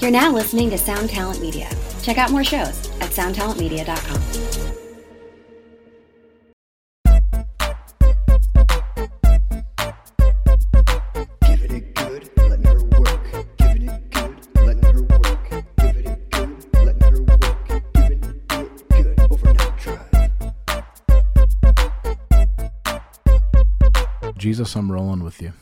You're now listening to Sound Talent Media. Check out more shows at soundtalentmedia.com. Giving it good, letting her work. Giving it good, letting her work. Giving it good, letting her work. Giving it good, overnight drive. Jesus, I'm rolling with you.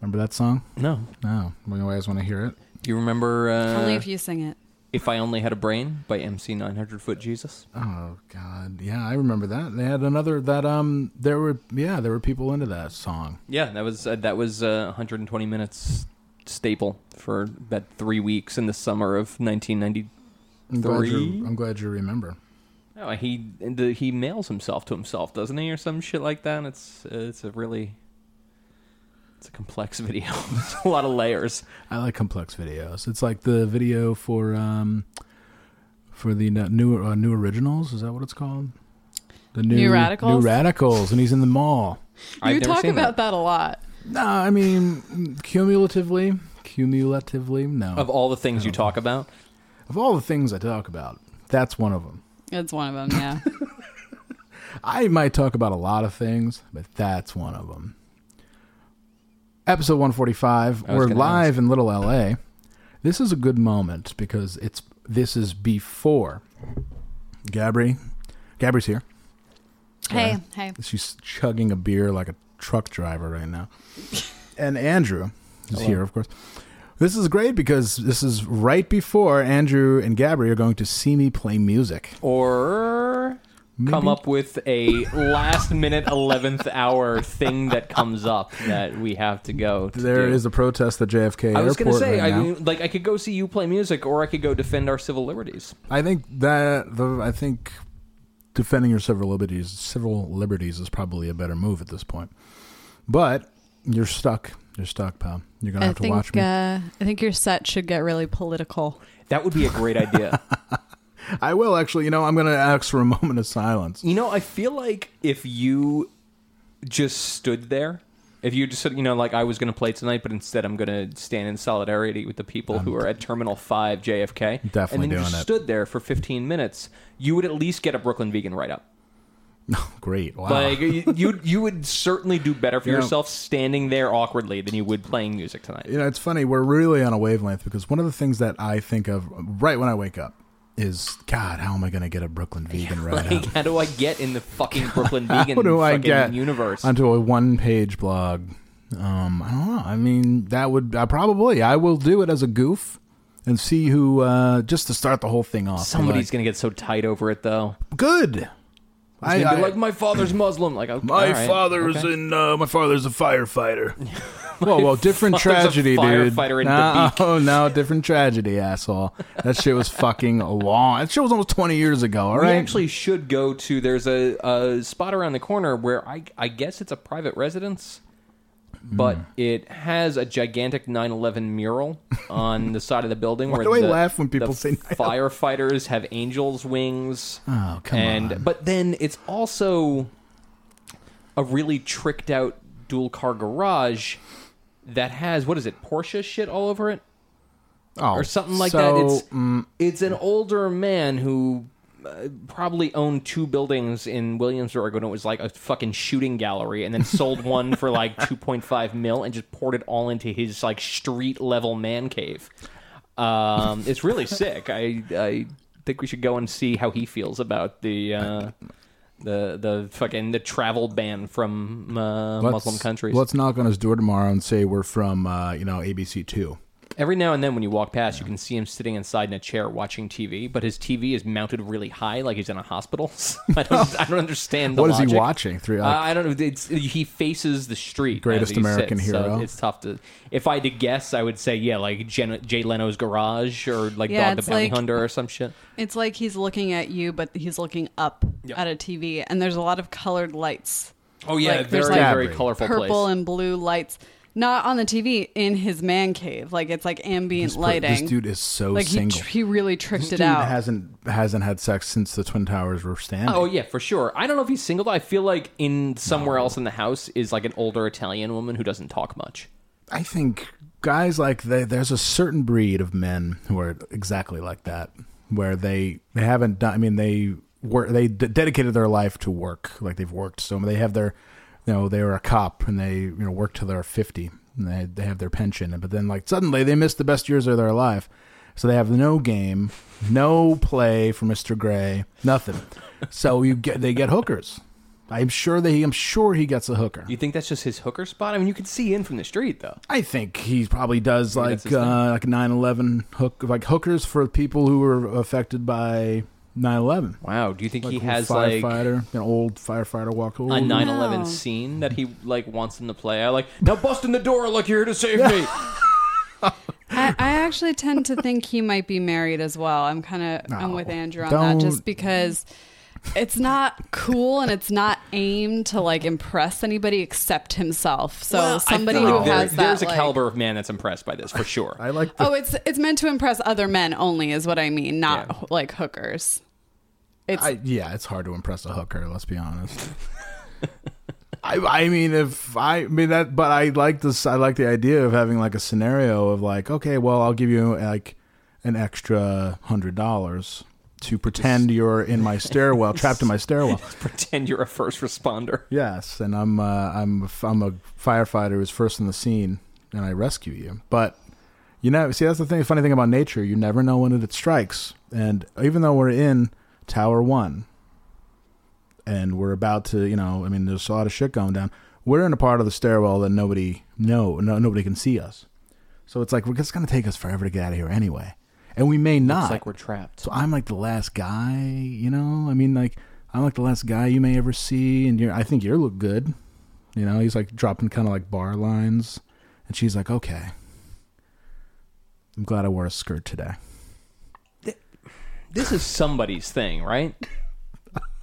Remember that song? No. No. You guys want to hear it? You remember uh, Only if you sing it. If I Only Had a Brain by MC 900 Foot Jesus? Oh God, yeah, I remember that. They had another that um, there were yeah, there were people into that song. Yeah, that was uh, that was uh, 120 minutes staple for about three weeks in the summer of 1990. I'm glad, Three? you, I'm glad you remember. Oh, he the, he mails himself to himself, doesn't he, or some shit like that? And it's uh, it's a really it's a complex video. It's a lot of layers. I like complex videos. It's like the video for um, for the n- new uh, new originals. Is that what it's called? The new, Radicals? New radicals, and he's in the mall. I've you never talk seen about that. a lot. Nah, I mean cumulatively, cumulatively, no. Of all the things you talk about, of all the things I talk about, that's one of them. It's one of them, yeah. I might talk about a lot of things, but that's one of them. Episode 145. I was We're gonna live in Little LA. This is a good moment because it's this is before Gabri. Gabri's here. hey, hey. She's chugging a beer like a truck driver right now. and Andrew is here, of course. This is great because this is right before Andrew and Gabri are going to see me play music. Oh, or come up with a last minute 11th hour thing that comes up that we have to go to There do. is a protest at JFK I was Airport gonna say, right I now. mean, like, I could go see you play music, or I could go defend our civil liberties. I think that the I think defending your civil liberties civil liberties is probably a better move at this point. But you're stuck. You're stuck, pal. You're gonna I have to think watch me. uh, I think your set should get really political. That would be a great idea. I will actually. You know, I'm gonna ask for a moment of silence. you know, I feel like if you just stood there, if you just said, you know, like I was going to play tonight, but instead I'm going to stand in solidarity with the people who are at Terminal 5 JFK, Definitely and then you doing just it. stood there for 15 minutes, you would at least get a Brooklyn vegan write up. Oh, Great. Wow. Like you, you, you would certainly do better for You know- yourself standing there awkwardly than you would playing music tonight. you know, it's funny. We're really on a wavelength because one of the things that I think of right when I wake up is God. How am I gonna get a Brooklyn vegan right Like, now? how do I get in the fucking Brooklyn vegan How do I fucking get universe? onto a one-page blog? Um, I don't know. I mean, that would I probably I will do it as a goof and see who uh, just to start the whole thing off. Somebody's gonna get so tight over it though. Like, good. It's I, gonna I- be like my father's Muslim. Like okay, my all right, father okay. is in. Uh, my father's a firefighter. whoa, whoa, different father's a tragedy, dude. firefighter in no, oh no, different tragedy, asshole. That shit was fucking long. That shit was almost twenty years ago. All We right. actually should go to. There's a, a spot around the corner where I I guess it's a private residence, but Hmm. it has a gigantic 9/11 mural on the side of the building. Why where do I the- laugh when the people say 9/11? firefighters have angels wings? Oh, come and, on. But then it's also a really tricked out dual car garage that has what is it Porsche shit all over it oh, or something like that. so, mm. It's it's an older man who uh, probably owned two buildings in Williamsburg when it was like a fucking shooting gallery, and then sold one for like two point five mil and just poured it all into his like street level man cave. Um, it's really sick. I I think we should go and see how he feels about the. Uh, the the fucking the travel ban from uh, let's- Muslim countries. Let's knock on his door tomorrow and say we're from, uh, you know, ABC Two. Every now and then, when you walk past, you can see him sitting inside in a chair watching TV, but his TV is mounted really high, like he's in a hospital. So I, don't, I don't understand. The What is he logic. watching? Three- Uh, I don't know. It's, he faces the street. Greatest as he American sits, hero. So it's tough to. If I had to guess, I would say yeah, like Jen, Jay Leno's garage or like Yeah, Dog the it's Bounty like- Hunter or some shit. It's like he's looking at you, but he's looking up at a TV, and there's a lot of colored lights, Oh yeah, very Like, there's, like, very colorful purple place. and blue lights, not on the TV in his man cave. Like it's like ambient This per- lighting. This dude is so like he, single. tr- he really tricked This it dude out. hasn't hasn't had sex since the Twin Towers were standing. Oh yeah, for sure. I don't know if he's single. Though. I feel like in somewhere else in the house is like an older Italian woman who doesn't talk much. I think guys like they, there's a certain breed of men who are exactly like that, where they they haven't done. I mean, they were they d- dedicated their life to work, like they've worked so. They have their, you know, they were a cop and they you know worked till they're fifty and they they have their pension, but then like suddenly they miss the best years of their life. So they have no game, no play for Mister Gray, nothing. So you get they get hookers. I'm sure they. I'm sure he gets a hooker. You think that's just his hooker spot? I mean, you could see in from the street though. I think he probably does that's like his thing. uh, like 9/11 hook like hookers for people who were affected by 9/11. Wow. Do you think Like he a has like a firefighter, an old firefighter walk over. 9/11 No. scene that he like wants them to play? I like now bust in the door like you're here to save me. I, I actually tend to think he might be married as well. I'm kind of I'm No, with Andrew on don't. that just because it's not cool and it's not aimed to like impress anybody except himself. So Well, I somebody feel who like there- has that there's a like- caliber of man that's impressed by this for sure. I like the Oh, it's it's meant to impress other men only is what I mean, not Yeah. like hookers. It's I, yeah, it's hard to impress a hooker. Let's be honest. I, I mean, if I, I mean that, but I like this. I like the idea of having like a scenario of like, okay, well, I'll give you like an extra hundred dollars to pretend you're in my stairwell, trapped in my stairwell. Pretend you're a first responder. Yes, and I'm uh, I'm I'm a firefighter who's first in the scene, and I rescue you. But you know, see, that's the thing. Funny thing about nature, you never know when it strikes. And even though we're in Tower One, and we're about to, you know, I mean, there's a lot of shit going down. We're in a part of the stairwell that nobody no, no nobody can see us. So it's like we're just gonna take us forever to get out of here anyway, and we may not. It's like we're trapped. So I'm like the last guy, you know? I mean, like, I'm like the last guy you may ever see, and you're, I think you look good. You know, he's like dropping kind of like bar lines, and she's like, okay. I'm glad I wore a skirt today. This is somebody's thing, right?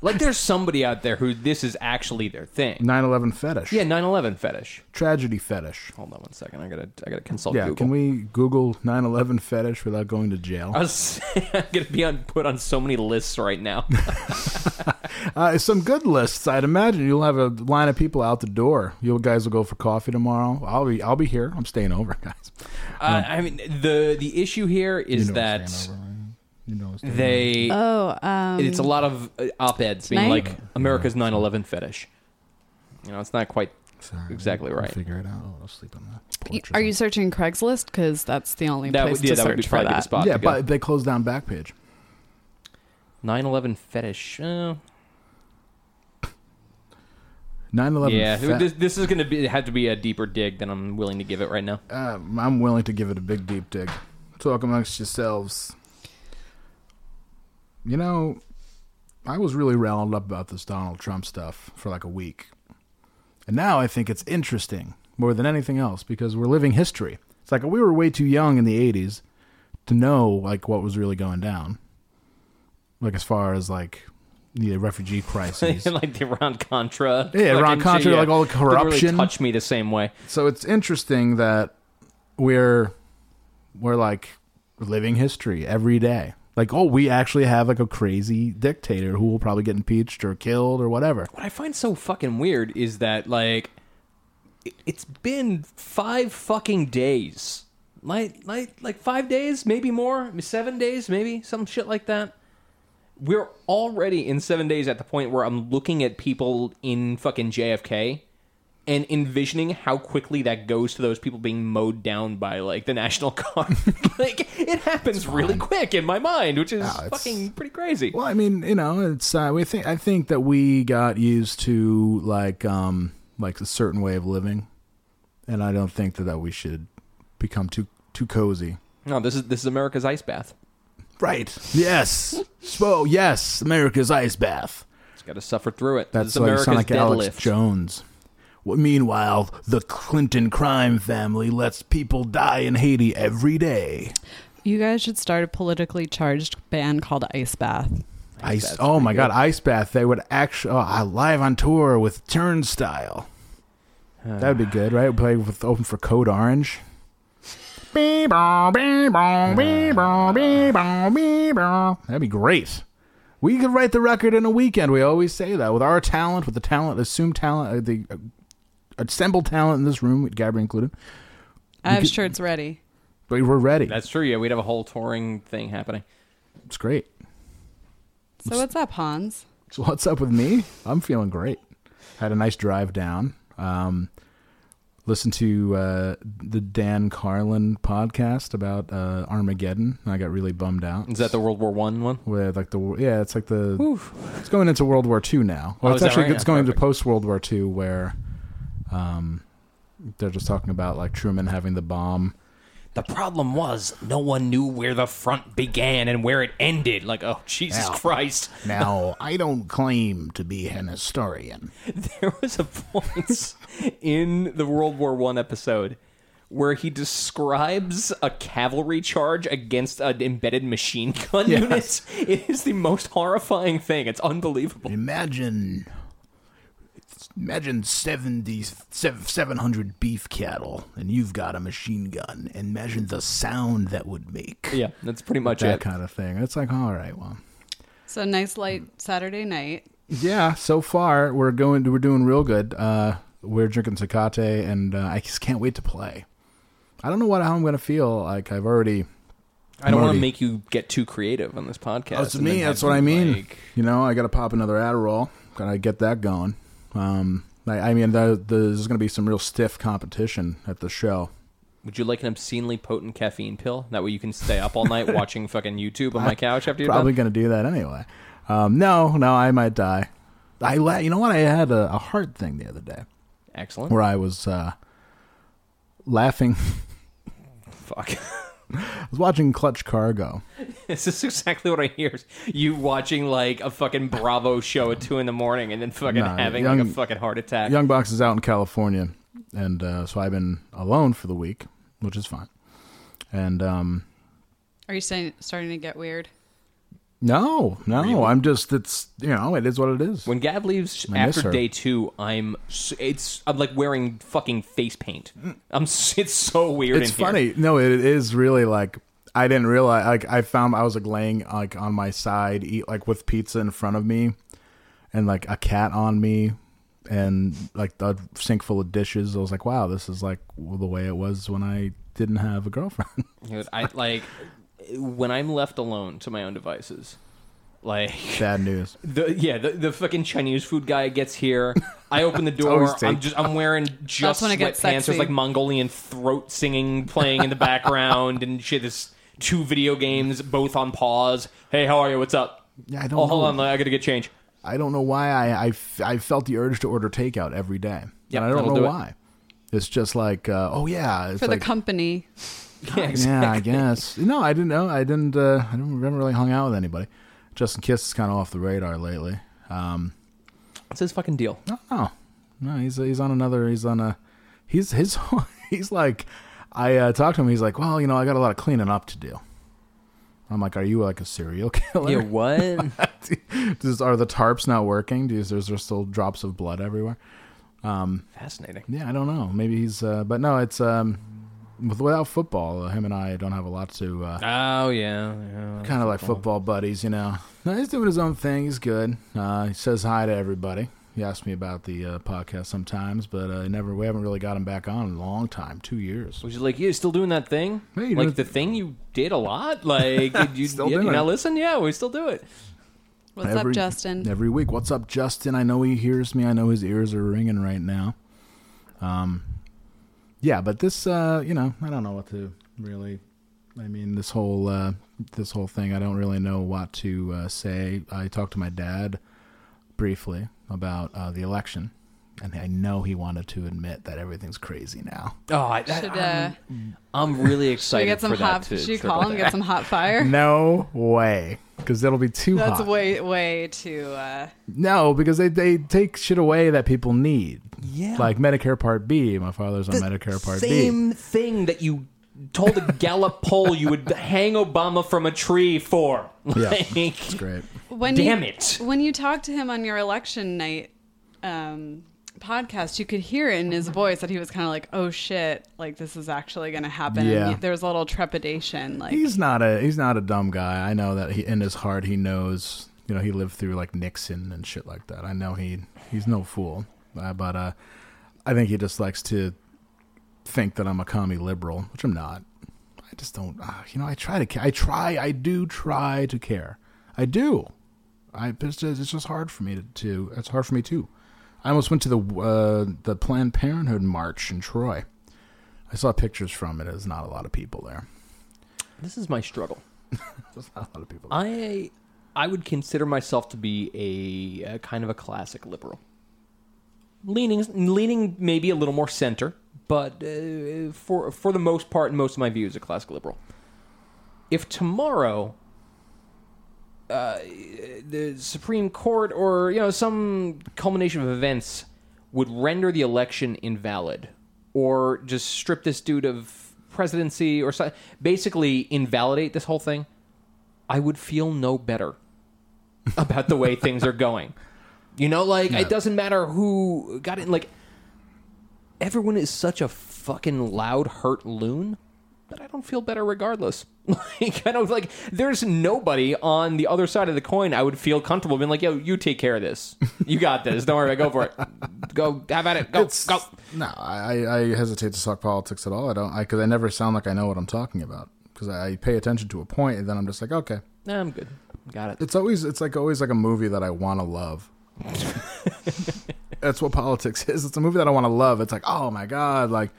Like there's somebody out there who this is actually their thing. 9 11 fetish. Yeah, 9/11 fetish. Tragedy fetish. Hold on one second. I gotta I gotta consult Yeah, Google. can we Google 9 11 fetish without going to jail? I was saying, I'm gonna be on put on so many lists right now. Uh, some good lists, I'd imagine. You'll have a line of people out the door. You guys will go for coffee tomorrow. I'll be, I'll be here. I'm staying over, guys. Uh, I mean, the the issue here is You know I'm that staying over, right? you know I'm staying over. they oh, um, it's a lot of uh, op-eds being Snake? like America's 9/11 fetish. You know, it's not quite Sorry. Exactly I'll right. Figure it out. Oh, I'll sleep on that. y- porch or are you something. searching Craigslist because that's the only that place would yeah, to that would be search for probably the that. spot. Yeah, to go. but they closed down Backpage. 9/11 fetish. Uh, 9/11. yeah, fe- this, this is going to be have to be a deeper dig than I'm willing to give it right now. uh, I'm willing to give it a big deep dig. Talk amongst yourselves. You know, I was really riled up about this Donald Trump stuff for like a week, and now I think it's interesting more than anything else because we're living history. It's like we were way too young in the '80s to know like what was really going down, like as far as like the refugee crises. like the Iran Contra, Yeah, Iran fucking shit, Contra, like all the Didn't really corruption. touch me the same way. so it's interesting that we're we're like living history every day. Like, oh, we actually have like a crazy dictator who will probably get impeached or killed or whatever. What I find so fucking weird is that like it- it's been five fucking days, like like like five days, maybe more, seven days, maybe some shit like that. We're already in seven days at the point where I'm looking at people in fucking JFK and envisioning how quickly that goes to those people being mowed down by like the National Guard. like it happens really quick in my mind, which is it's- fucking pretty crazy. Well, I mean, you know, it's uh, we think I think that we got used to like um like a certain way of living, and I don't think that, that we should become too too cozy. No, this is this is America's ice bath. Right. Yes. so yes, America's ice bath. It's got to suffer through it. That's This is like, America's sound like Alex deadlift. Jones. Well, meanwhile, the Clinton crime family lets people die in Haiti every day. You guys should start a politically charged band called Ice Bath. Ice, Bath's oh pretty my God, good. Ice Bath! They would actually oh, live on tour with Turnstile. that would be good, right? Play with open for Code Orange. Bee-bong, bee-bong, bee-bong, bee-bong, bee-bong. That'd be great. We could write the record in a weekend. We always say that with our talent, with the talent, assume talent, uh, the uh, assemble talent in this room, with Gabby included. I have shirts ready. But we're ready. That's true. Yeah, we'd have a whole touring thing happening. It's great. So what's up, Hans? So what's up with me? I'm feeling great. Had a nice drive down. Um, listened to uh, the Dan Carlin podcast about uh, Armageddon. and I got really bummed out. Is that the World War One one? with like the yeah, it's like the it's going into World War II now. Well, Oh, it's is that actually right? it's Yeah, going perfect. to post World War II where um, they're just talking about like Truman having the bomb. The problem was no one knew where the front began and where it ended. Like, oh Jesus Ow. Christ! Now, I don't claim to be an historian. There was a point in the World War One episode where he describes a cavalry charge against an embedded machine gun Yes. unit. It is the most horrifying thing. It's unbelievable. Imagine imagine 70 700 beef cattle and you've got a machine gun and imagine the sound that would make. Yeah, that's pretty much That it. kind of thing. It's like all right, well. So nice light Saturday night. Yeah, so far we're going. We're doing real good. Uh, we're drinking Tecate, and uh, I just can't wait to play. I don't know what how I'm going to feel. Like I've already. I don't want Marty. to make you get too creative on this podcast. That's and Oh, me. then That's have what I you, mean. like- You know, I got to pop another Adderall. Got to get that going. Um, I, I mean, the, the, there's going to be some real stiff competition at the show. Would you like an obscenely potent caffeine pill? That way you can stay up all night watching fucking YouTube on my couch after you're Probably done. going to do that anyway. Um, no, no, I might die. I la- you know what? I had a, a heart thing the other day Excellent. where I was uh, laughing. Fuck. I was watching Clutch Cargo. this is exactly what I hear. You watching like a fucking Bravo show at two in the morning and then fucking Nah, having like young- a fucking heart attack. Young Box is out in California, and uh, so I've been alone for the week, which is fine. And um, Are you saying, starting to get weird? no, no, I'm just it's you know it is what it is. When Gab leaves I miss after her. day two, I'm s- it's I'm like wearing fucking face paint. I'm s- it's so weird. it's in here. funny. No, it is really like I didn't realize. Like I found I was like laying like on my side, eat like with pizza in front of me, and like a cat on me, and like a sink full of dishes. I was like, wow, this is like the way it was when I didn't have a girlfriend. Dude, I like when I'm left alone to my own devices. Like Bad news. The yeah, the, the fucking Chinese food guy gets here. I open the door. always I'm take- just I'm wearing just when it gets sweatpants. There's sexy. like Mongolian throat singing playing in the background and shit. There's two video games both on pause. Hey, how are you? What's up? Yeah, I don't Oh, hold know. on. I gotta get change. I don't know why I, I f- I felt the urge to order takeout every day. Yeah, and I don't that'll know do it. why. It's just like, uh, oh yeah, it's For like, the company. Yeah, yeah, I exactly. guess. No, I didn't know. I didn't. Uh, I don't remember really hung out with anybody. Justin Kiss is kind of off the radar lately. Um, It's his fucking deal. no, no, no, he's he's on another. He's on a. He's his. He's like, I uh, talked to him. He's like, well, you know, I got a lot of cleaning up to do. I'm like, are you like a serial killer? what? Does- are the tarps not working? Do you, is there still drops of blood everywhere? Fascinating. Yeah, I don't know. Maybe he's, uh, but no, it's um, with, without football, uh, him and I don't have a lot to uh, Oh yeah. yeah. kind of like football buddies, you know. No, he's doing his own thing. He's good. Uh, he says hi to everybody. He asks me about the uh, podcast sometimes, but uh, he never. We haven't really got him back on in a long time, two years. Was you like you still doing that thing? Hey, you know- like the thing you did a lot? Like did you, Still yeah, doing you it. now listen? Yeah, we still do it. What's Every- up, Justin? Every week. What's up, Justin? I know he hears me. I know his ears are ringing right now. Um, yeah, but this, uh, you know, I don't know what to really. I mean, this whole uh, this whole thing, I don't really know what to uh, say. I talked to my dad briefly about uh, the election, and I know he wanted to admit that everything's crazy now. Oh, I, that, Should, uh, I'm, I'm really should we excited get some for that hot? to Should you trickle call him? Get down. some hot fire. No way, because that'll be too That's hot. way way too. Uh, No, because they, they take shit away that people need. Yeah. Like Medicare Part B. My father's on Medicare Part B. Same thing that you told a Gallup poll you would hang Obama from a tree for. Yeah. Like, It's great. when Damn you, it. When you talked to him on your election night um, podcast, you could hear in his voice that he was kind of like, "Oh shit! Like this is actually going to happen." And Yeah. he- there was a little trepidation. Like He's not a he's not a dumb guy. I know that he, in his heart he knows. You know he lived through like Nixon and shit like that. I know he he's no fool. Uh, but uh, I think he just likes to think that I'm a commie liberal, which I'm not. I just don't. Uh, you know, I try to. ca- I try. I do try to care. I do. I it's just, it's just hard for me to, to. It's hard for me too. I almost went to the uh, the Planned Parenthood march in Troy. I saw pictures from it. There's not a lot of people there. This is my struggle. There's not a lot of Uh, people. There. I I would consider myself to be a, a kind of a classic liberal, leaning leaning maybe a little more center, but uh, for for the most part, most of my views a classic liberal. If tomorrow uh, the Supreme Court or you know some culmination of events would render the election invalid or just strip this dude of presidency or so, basically invalidate this whole thing, I would feel no better about the way things are going. You know, like it doesn't matter who got it. Like everyone is such a fucking loud hurt loon but i don't feel better regardless like i don't like there's nobody on the other side of the coin i would feel comfortable being like yo you take care of this you got this don't worry about it. go for it go have at it go It's- go No, I, I I hesitate to talk politics at all. I don't because I, never sound like I know what I'm talking about because I pay attention to a point and then I'm just like, okay. nah, i'm good got it It's always it's like always like a movie that I want to love. That's what politics is. It's a movie that I want to love. It's like, oh my god, like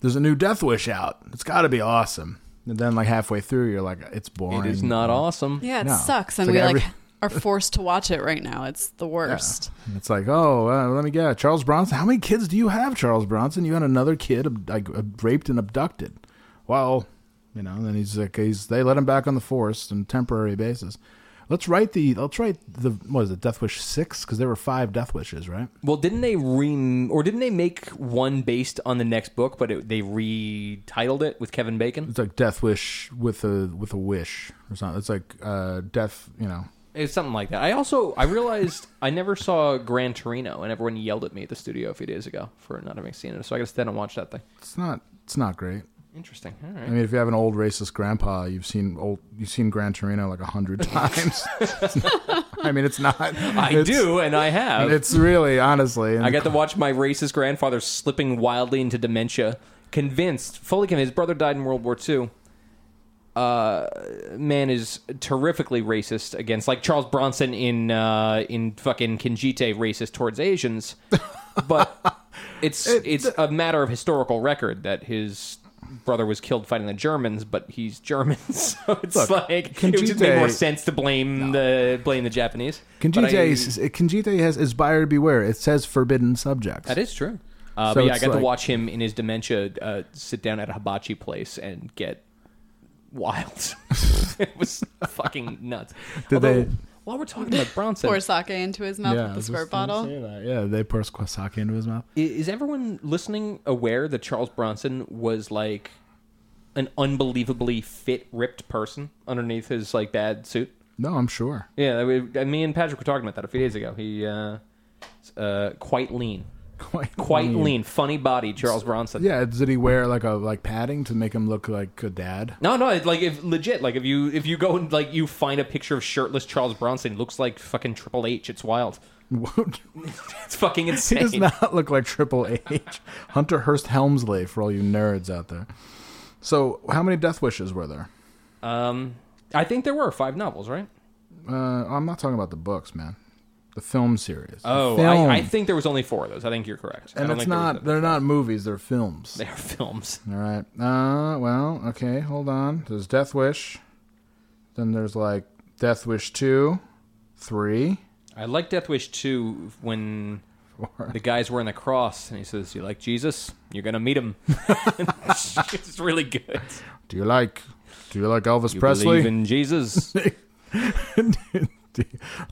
there's a new Death Wish out. It's got to be awesome. And then like halfway through, you're like, it's boring. it is not awesome Yeah, it No. It's sucks. And like we every- like are forced to watch it right now. It's the Yeah. worst. And It's like, oh, uh, let me guess, Charles Bronson. How many kids do you have, Charles Bronson? You had another kid ab- like ab- raped and abducted. Well, you know, and then he's like, he's they let him back on the force on a temporary basis. Let's write the let's write the what is it, Death Wish six? Because there were five Death Wishes, right? well didn't they re or didn't they make one based on the next book but it, they retitled it with kevin bacon It's like Death Wish with a with a wish or something. It's like uh, death, you know. It's something like that. I also I realized I never saw Gran Torino, and everyone yelled at me at the studio a few days ago for not having seen it. So I got to stand and watch that thing. It's not it's not great. Interesting. All right. I mean, if you have an old racist grandpa, you've seen old you've seen Gran Torino like a hundred times. It's not- I mean, it's not. I it's- do, and I have. It's really honestly. and I got to watch my racist grandfather slipping wildly into dementia, convinced, fully convinced. His brother died in World War II. Uh, man is terrifically racist against, like Charles Bronson in uh, in fucking Kinjite, racist towards Asians. But it's it's a matter of historical record that his brother was killed fighting the Germans, but he's German, so it's Look, like it would just make Kinjite- more sense to blame the blame the Japanese. But Kinjite, I- is- Kinjite has is buyer beware. It says forbidden subjects. That is true. Uh, So but yeah, I it's got to like- watch him in his dementia uh, sit down at a hibachi place and get wild. it was fucking nuts. Did Although, they- While we're talking about Bronson, Pour sake into his mouth with the squirt bottle. Yeah, they pour sake into his mouth. i- is everyone listening aware that Charles Bronson was like an unbelievably fit, ripped person underneath his like bad suit? No, I'm sure. Yeah, that we- me and Patrick were talking about that a few days ago. He uh, s- uh, quite lean, Quite, quite lean, funny body, Charles Bronson. Yeah, did he wear like a like padding to make him look like a dad? No, no, it's like if legit, like if you if you go and like you find a picture of shirtless Charles Bronson, it looks like fucking Triple H. It's wild. It's fucking he insane. does not look like Triple H. Hunter Hearst Helmsley, for all you nerds out there. So, how many death wishes were there? Um, I think there were five novels, right? Uh, I'm not talking about the books, man. The film series. The Oh, film. I, I think there was only four of those. I think you're correct. I and don't it's think there was not. another- They're not movies. They're films. They are films. All right. Uh, well, okay. Hold on. There's Death Wish. Then there's like Death Wish two, three, I like Death Wish two when four. the guys were in the cross and he says, "You like Jesus? You're gonna meet him." it's really good. Do you like? Do you like Elvis You Presley? believe in Jesus? do, you,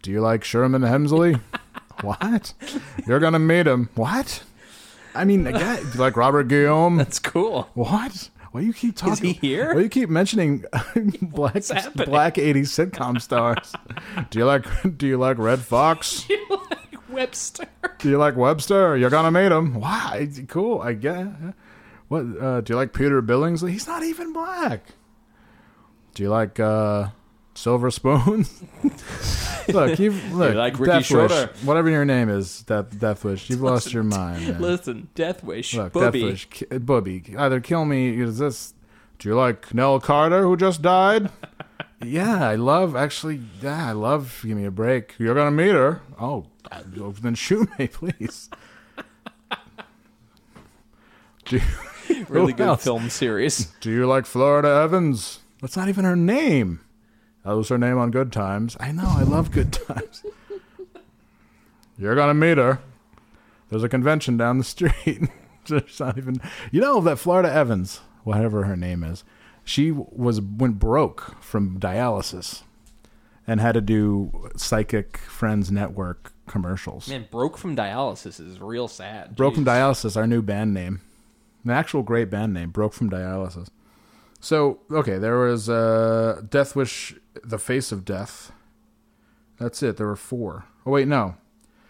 do you like Sherman Hemsley? what? You're gonna meet him. What? I mean, the guy. Do you like Robert Guillaume? That's cool. What? Why do you keep talking? he here? Why do you keep mentioning black happening? black '80s sitcom stars? do you like? Do you like Red Fox? Webster. Do you like Webster? You're gonna meet him. Why? Cool. I guess. What? Uh, do you like Peter Billingsley? He's not even black. Do you like uh, Silver Spoon? Look, you've look, like Ricky Death Wish, Schroeder. whatever your name is, Death, Death Wish, you've lost your mind. Man. Listen, Death Wish, Look, Booby. Death Wish, ki- Booby. Either kill me. Is this? Do you like Nell Carter, who just died? yeah, I love. Actually, yeah, I love. Give me a break. You're gonna meet her. Oh, I- oh, then shoot me, please. do, you- Really who good else? film series. Do you like Florida Evans? That's not even her name. That was her name on Good Times. I know. I love Good Times. You're gonna meet her. There's a convention down the street. There's not even. You know that Florida Evans, whatever her name is, she was went broke from dialysis, and had to do Psychic Friends Network commercials. Man, broke from dialysis is real sad. Broke from Jeez. Dialysis, our new band name, an actual great band name. Broke from Dialysis. So okay, there was uh, Death Wish, The Face of Death. That's it. There were four. Oh wait, no.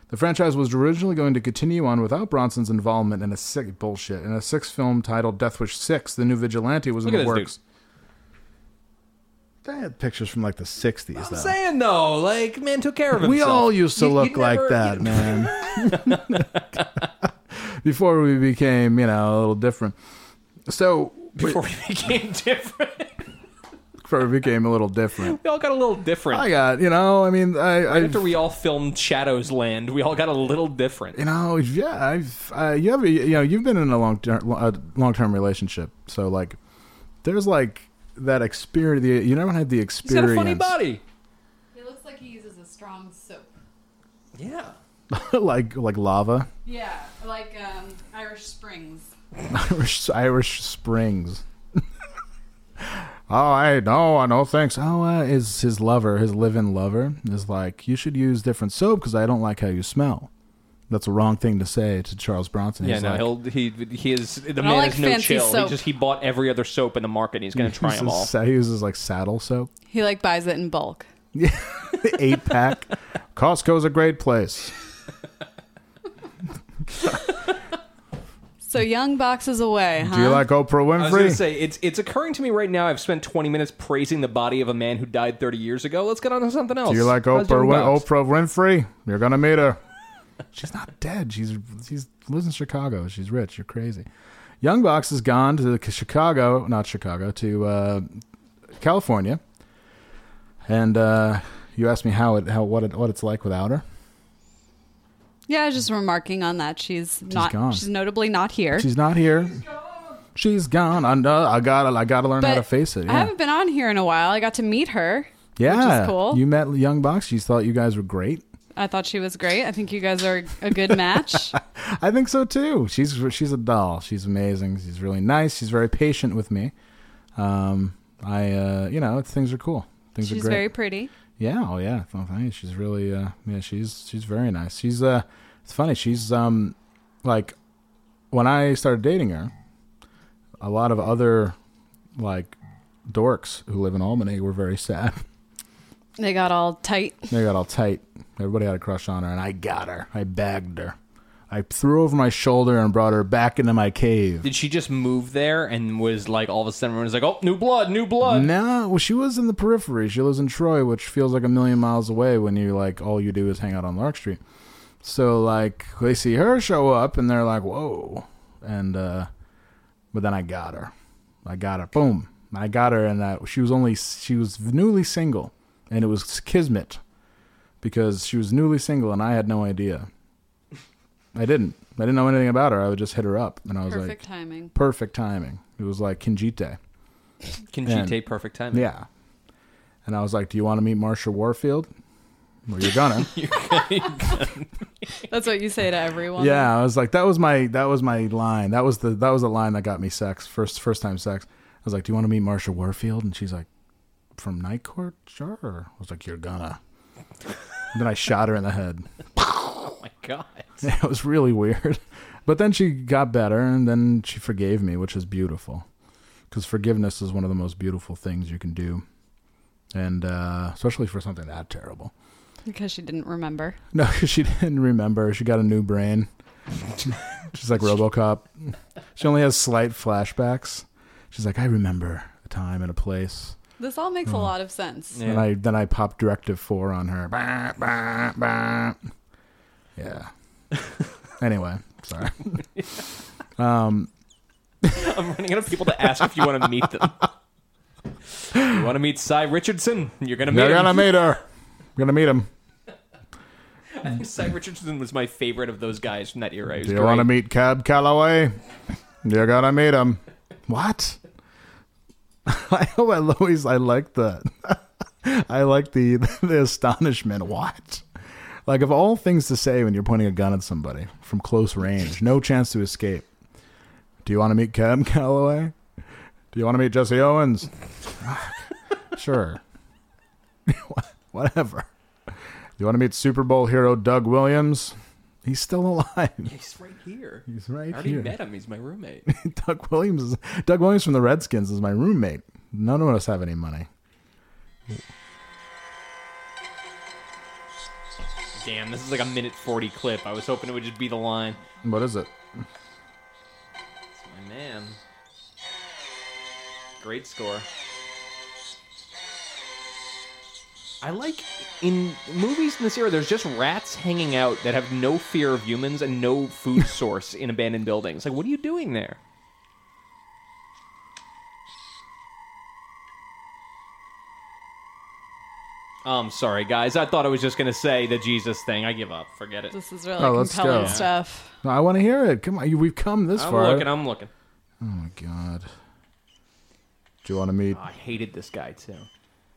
The franchise was originally going to continue on without Bronson's involvement in a six bullshit in a six film titled Death Wish Six. The new vigilante was in Look the at this works. That picture's from like the sixties. I'm saying though, like man took care of himself. We all used to You- you look like never- that, you- man. Before we became, you know, a little different. So Before we became different, before we became a little different. we all got a little different. I got, you know, I mean, I, I After we all filmed Shadows Land, we all got a little different. you know, yeah, I've, uh, you have, a- you know, you've been in a long, ter- a long term relationship, so like, there's like that experience. The, you never had the He's got experience. a funny body. He looks like he uses a strong soap. Yeah. like, like lava, Yeah, like um, Irish Springs. Irish, Irish springs. oh, I no, I no, thanks. Oh, uh, is his lover, his live-in lover, is like, you should use different soap because I don't like how you smell. That's a wrong thing to say to Charles Bronson. Yeah, He's no, like, he'll he he is the I man like is no fancy chill. soap. He just he bought every other soap in the market. and He's gonna try them uses all. sa- he uses like saddle soap. He like buys it in bulk. eight pack. Costco's a great place. So young boxes away, huh? Do you like Oprah Uh-huh. I was gonna Winfrey? say it's it's occurring to me right now. I've spent 20 minutes praising the body of a man who died 30 years ago. Let's get on to something else. Do you like How's Oprah? Young Win- Bucks? Oprah Winfrey? You're gonna meet her. She's not dead. She's she's lives in Chicago. She's rich. You're crazy. Young Box has gone to the Chicago, not Chicago, to uh, California. And uh, you asked me how it how what it, what it's like without her. yeah, I was just remarking on that. She's, not. gone. She's notably not here. She's not here. She's gone. I, know, I gotta I gotta learn how to face it. I Yeah, haven't been on here in a while. I got to meet her. yeah. which is cool. You met Young Box. You thought you guys were great. I thought she was great. I think you guys are a good match. I think so too. She's she's a doll. She's amazing. She's really nice. She's very patient with me. Um, I uh, you know, it's, things are cool. Things She's are great. very pretty. yeah. Oh yeah. Th- thanks. She's really uh, yeah. She's she's very nice. She's uh, it's funny. She's um, like when I started dating her, a lot of other like dorks who live in Albany were very sad. They got all tight. They got all tight. Everybody had a crush on her, and I got her. I bagged her. I threw her over my shoulder and brought her back into my cave. Did she just move there and was like all of a sudden everyone was like, oh, new blood, new blood? No, well, she was in the periphery. She lives in Troy, which feels like a million miles away when you like all you do is hang out on Lark Street. So like they see her show up and they're like, "Whoa!" And uh, but then I got her. I got her. Boom! I got her, and that she was only she was newly single, and it was kismet because she was newly single, and I had no idea. I didn't. I didn't know anything about her. I would just hit her up, and I was like, Perfect timing. perfect timing. It was like Kinjite. Can And- she take perfect timing? Mm-hmm. Yeah. And I was like, "Do you want to meet Marsha Warfield?" Well, you're gonna. That's what you say to everyone. yeah, I was like, that was my that was my line. That was the that was the line that got me sex first first time sex. I was like, "Do you want to meet Marsha Warfield?" And she's like, "From Night Court, sure." I was like, "You're gonna." And then I shot her in the head. Oh my God. It was really weird, but then she got better, and then she forgave me, which is beautiful, because forgiveness is one of the most beautiful things you can do, and uh, especially for something that terrible. Because she didn't remember. No, 'cause she didn't remember. She got a new brain. She's like RoboCop. She only has slight flashbacks. She's like, I remember a time and a place. This all Hmm. makes a lot of sense. Yeah. And I then I popped directive four on her. Bah, bah, bah. Yeah. anyway, sorry. Um, I'm running out of people to ask if you want to meet them. You want to meet Cy Richardson? You're gonna meet You're him. gonna meet her. You're gonna meet him. I think Cy Richardson was my favorite of those guys from that era. He was Do you want to great. meet Cab Calloway? You're gonna meet him. What? I always I like the I like the the astonishment. What? Like of all things to say when you're pointing a gun at somebody from close range, no chance to escape. Do you want to meet Cab Calloway? Do you want to meet Jesse Owens? sure. Whatever. You want to meet Super Bowl hero Doug Williams? He's still alive. He's right here. He's right I already here. met him. He's my roommate. Doug Williams is Doug Williams from the Redskins is my roommate. None of us have any money. Damn, this is like a minute forty clip. I was hoping it would just be the line. What is it? It's my man. Great score. I like in movies in this era. There's just rats hanging out that have no fear of humans and no food source in abandoned buildings. Like, what are you doing there? I'm Um, sorry, guys. I thought I was just gonna say the Jesus thing. I give up. Forget it. This is really Oh, let's compelling go. stuff. No, I want to hear it. Come on, you- we've come this I'm far. looking. I'm looking. oh my god. Do you want to meet? I hated this guy too.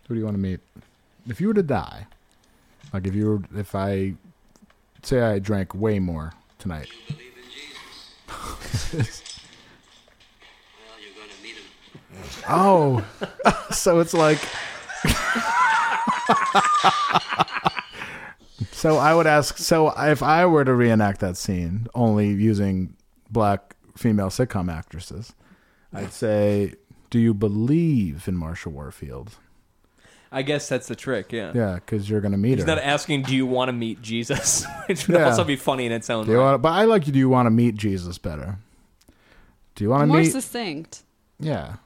Who do you want to meet? If you were to die, like if you were, if I say I drank way more tonight, believe in Jesus. Well, you're going to meet him. Oh, so it's like. so I would ask. So if I were to reenact that scene, only using black female sitcom actresses, I'd say, "Do you believe in Marsha Warfield?" I guess that's the trick, yeah. Yeah, because you're gonna meet He's her. not asking, do you want to meet Jesus? Which would Yeah. also be funny in its own do you right. want? But I like you. Do you want to meet Jesus better? Do you want to More meet? succinct. yeah.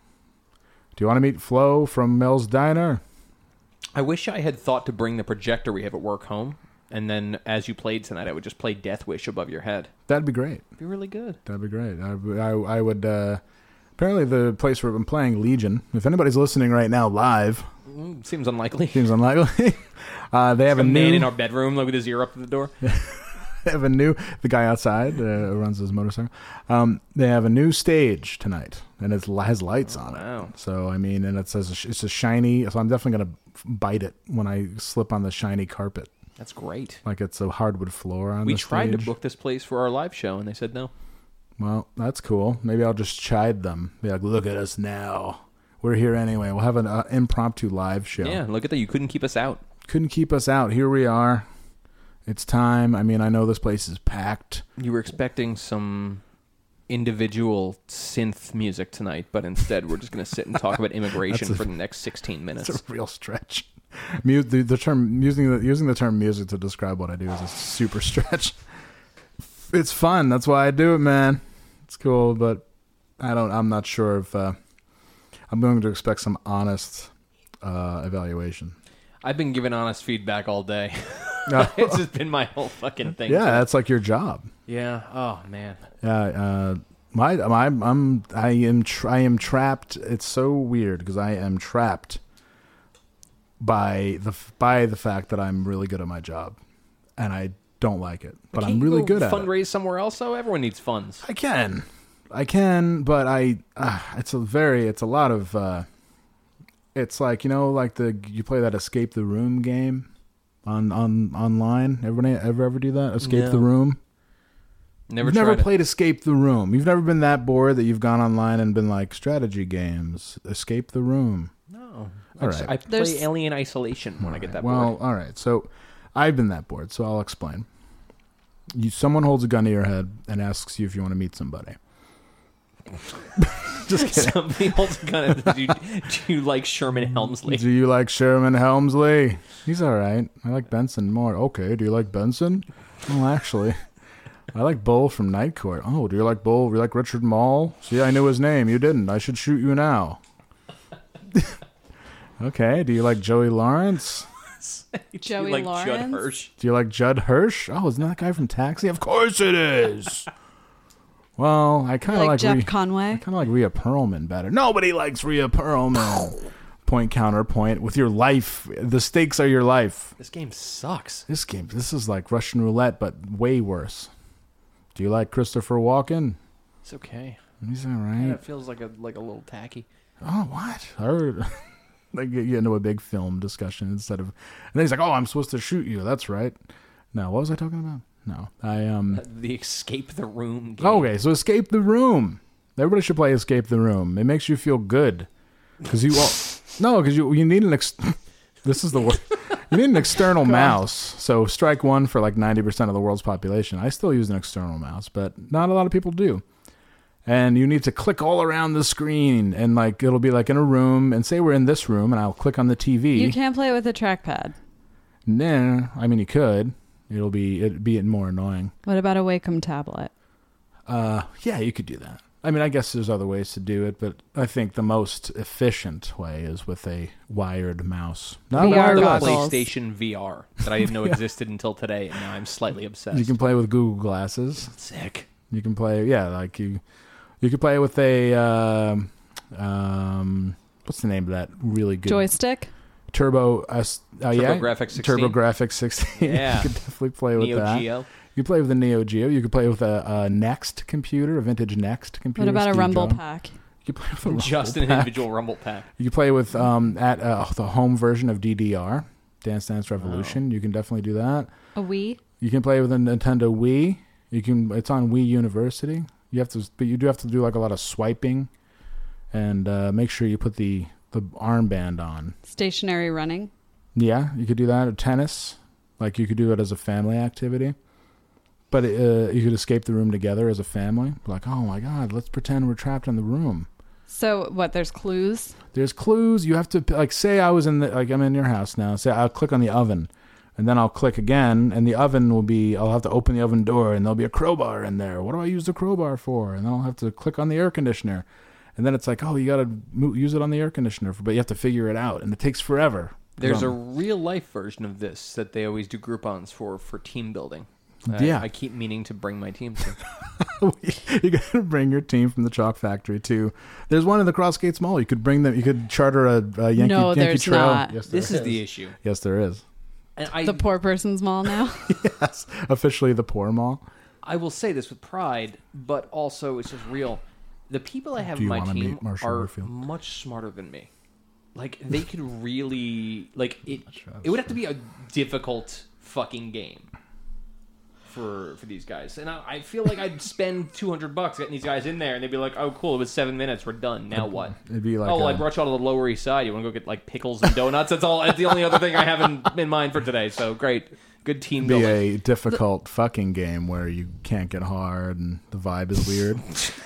Do you want to meet Flo from Mel's Diner? I wish I had thought to bring the projector we have at work home. And then as you played tonight, I would just play Death Wish above your head. That'd be great. It'd be really good. That'd be great. I, I, I would. Uh, apparently, the place where I've been playing Legion. If anybody's listening right now live, Mm, Seems unlikely. seems unlikely. uh, they have a a man new. in our bedroom like, with his ear up to the door. they have a new. The guy outside uh, who runs his motorcycle. Um, they have a new stage tonight, and it has lights on Oh, wow. it. So I mean, and it says a sh- it's a shiny. So I'm definitely gonna bite it when I slip on the shiny carpet, That's great. like it's a hardwood floor on. We the tried to stage. book this place for our live show, and they said no. Well, that's cool. Maybe I'll just chide them. Be like, look at us now. We're here anyway. We'll have an uh, impromptu live show. Yeah, look at that. You couldn't keep us out. Couldn't keep us out. Here we are. It's time. I mean, I know this place is packed. You were expecting some individual synth music tonight, but instead we're just going to sit and talk about immigration for the next 16 minutes. It's a real stretch. Mu- the, the term using the, using the term music to describe what I do is a super stretch. It's fun. That's why I do it, man. It's cool, but I don't. I'm not sure if uh, I'm going to expect some honest uh, evaluation. I've been giving honest feedback all day. No. it's just been my whole fucking thing. Yeah, that's like your job. Yeah. Oh man. Yeah, uh, my, my, I'm, I am, tra- I am trapped. It's so weird because I am trapped by the f- by the fact that I'm really good at my job, and I don't like it, but I'm really good at it. fundraise somewhere else though. Everyone needs funds. I can, I can, but I, uh, it's a very, it's a lot of, uh, it's like you know, like the you play that escape the room game on on online. Everybody ever ever do that? Escape No. the room. Never You've never tried it. played Escape the Room. You've never been that bored that you've gone online and been like strategy games, Escape the Room. No. All It's- right. I play There's- Alien Isolation when I get that well, bored. all right. So I've been that bored, so I'll explain. You, someone holds a gun to your head and asks you if you want to meet somebody. Just kidding. Somebody holds a gun. at- Do you, do you like Sherman Helmsley? Do you like Sherman Helmsley? He's all right. I like Benson more. Okay. Do you like Benson? Well, actually, I like Bull from Night Court. Oh, do you like Bull? Do you like Richard Mall? See, I knew his name. You didn't. I should shoot you now. Okay. Do you like Joey Lawrence? Joey like Judd Lawrence? Hirsch. Do you like Judd Hirsch? Oh, isn't that guy from Taxi? Of course it is. well, I kind of Like like, Jeff Rhea- Conway? I kind of like Rhea Perlman better. Nobody likes Rhea Perlman. Point counterpoint with your life. The stakes are your life. This game sucks. This game. This is like Russian roulette, but way worse. Do you like Christopher Walken? It's okay. He's all right. It feels like a like a little tacky. Oh, what? I heard. they get you into a big film discussion instead of, and then he's like, "Oh, I'm supposed to shoot you." That's right. No, what was I talking about? No, I um. Uh, The escape the room game. Oh, Okay, so escape the room. Everybody should play escape the room. It makes you feel good because you all, no, because you you need an ex. This is the word. You need an external mouse. So strike one for like ninety percent of the world's population. I still use an external mouse, but not a lot of people do. And you need to click all around the screen, and like it'll be like in a room, and say we're in this room, and I'll click on the TV. You can't play with a trackpad. Nah, I mean you could. It'll be it'd be more annoying. What about a Wacom tablet? Uh, Yeah, you could do that. I mean, I guess there's other ways to do it, but I think the most efficient way is with a wired mouse. Not VR The Goggles. wireless. PlayStation VR that I didn't know existed until today, and now I'm slightly obsessed. You can play with Google glasses. Sick. You can play, yeah, like you, you could play with a, um, um, what's the name of that really good Joystick? Turbo S? Uh, yeah, TurboGrafx-16. TurboGrafx 16. Yeah. you could definitely play with Neo that. Geo. You could play with the Neo Geo. You could play with a, a Next computer, a vintage Next computer. What about a Steve rumble Jobs. pack? You could play with a rumble Just an pack. individual rumble pack. You play with um, at uh, the home version of DDR, Dance Dance Revolution. You can definitely do that. A Wii? You can play with a Nintendo Wii. You can. It's on Wii University. You have to, but you do have to do like a lot of swiping, and uh, make sure you put the the armband on. Stationary running? Yeah, you could do that. Or tennis, like you could do it as a family activity. But uh, you could escape the room together as a family. Like, oh my god, let's pretend we're trapped in the room. So what? There's clues. There's clues. You have to like say I was in the like I'm in your house now. Say I'll click on the oven, and then I'll click again, and the oven will be. I'll have to open the oven door, and there'll be a crowbar in there. What do I use the crowbar for? And then I'll have to click on the air conditioner, and then it's like oh you gotta mo- use it on the air conditioner, but you have to figure it out, and it takes forever. There's a Um, real life version of this that they always do Groupons for for team building. I- Yeah. I keep meaning to bring my team to. you gotta bring your team from the chalk factory too. There's one in the Crossgates Mall. You could bring them. You could charter a, a Yankee, No, Yankee there's Trail. not. Yes, there this is the issue. yes, there is. And I, The poor person's mall now. That's officially the poor mall. I will say this with pride, but also it's just real. The people I have Do in you my wanna team meet Marshall are Warfield? much smarter than me. Like they could really like it. It would have to be a difficult fucking game for for these guys, and I, I feel like I'd spend two hundred bucks getting these guys in there, and they'd be like, "Oh, cool, it was seven minutes, we're done. Now what?" It'd be like uh, oh, well, I a- brought you out of the Lower East Side. You want to go get like pickles and donuts? That's all. That's the only other thing I have in, in mind for today. So great, good team be building. a difficult fucking game where you can't get hard and the vibe is weird.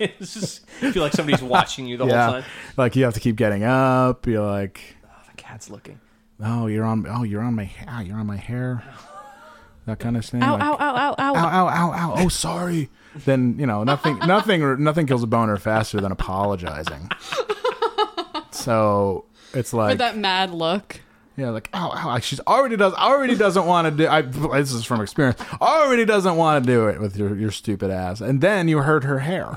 It's just I feel like somebody's watching you the whole yeah, time. like you have to keep getting up. You're like, Oh, the cat's looking. oh, you're on. Oh, you're on my. ha- Ah, you're on my hair. That kind of thing. ow, like, ow, ow, ow, ow, ow, ow. ow, ow. Oh, sorry. Then you know nothing. Nothing. Nothing kills a boner faster than apologizing. So it's like With that mad look. Yeah, like oh, ow, like, she's already does already doesn't want to do. I this is from experience. Already doesn't want to do it with your your stupid ass, and then you hurt her hair.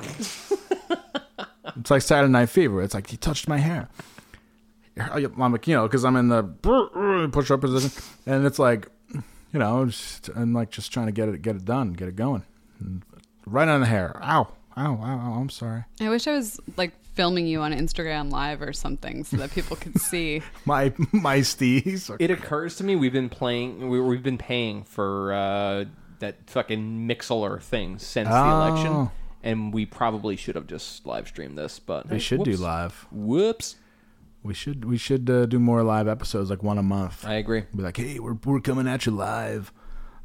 it's like Saturday Night Fever. It's like you touched my hair. I'm like you know because I'm in the push up position, and it's like you know just, I'm like just trying to get it get it done, get it going, And right on the hair. Ow, ow, ow, ow. I'm sorry. I wish I was like filming you on Instagram Live or something so that people could see. My my stees. It occurs to me we've been playing, we, we've been paying for uh, that fucking Mixler thing since the election, Oh. and we probably should have just live streamed this, but We should do Whoops. live. Whoops, We should we should uh, do more live episodes, like one a month. I agree. Be like, hey, we're we're coming at you live.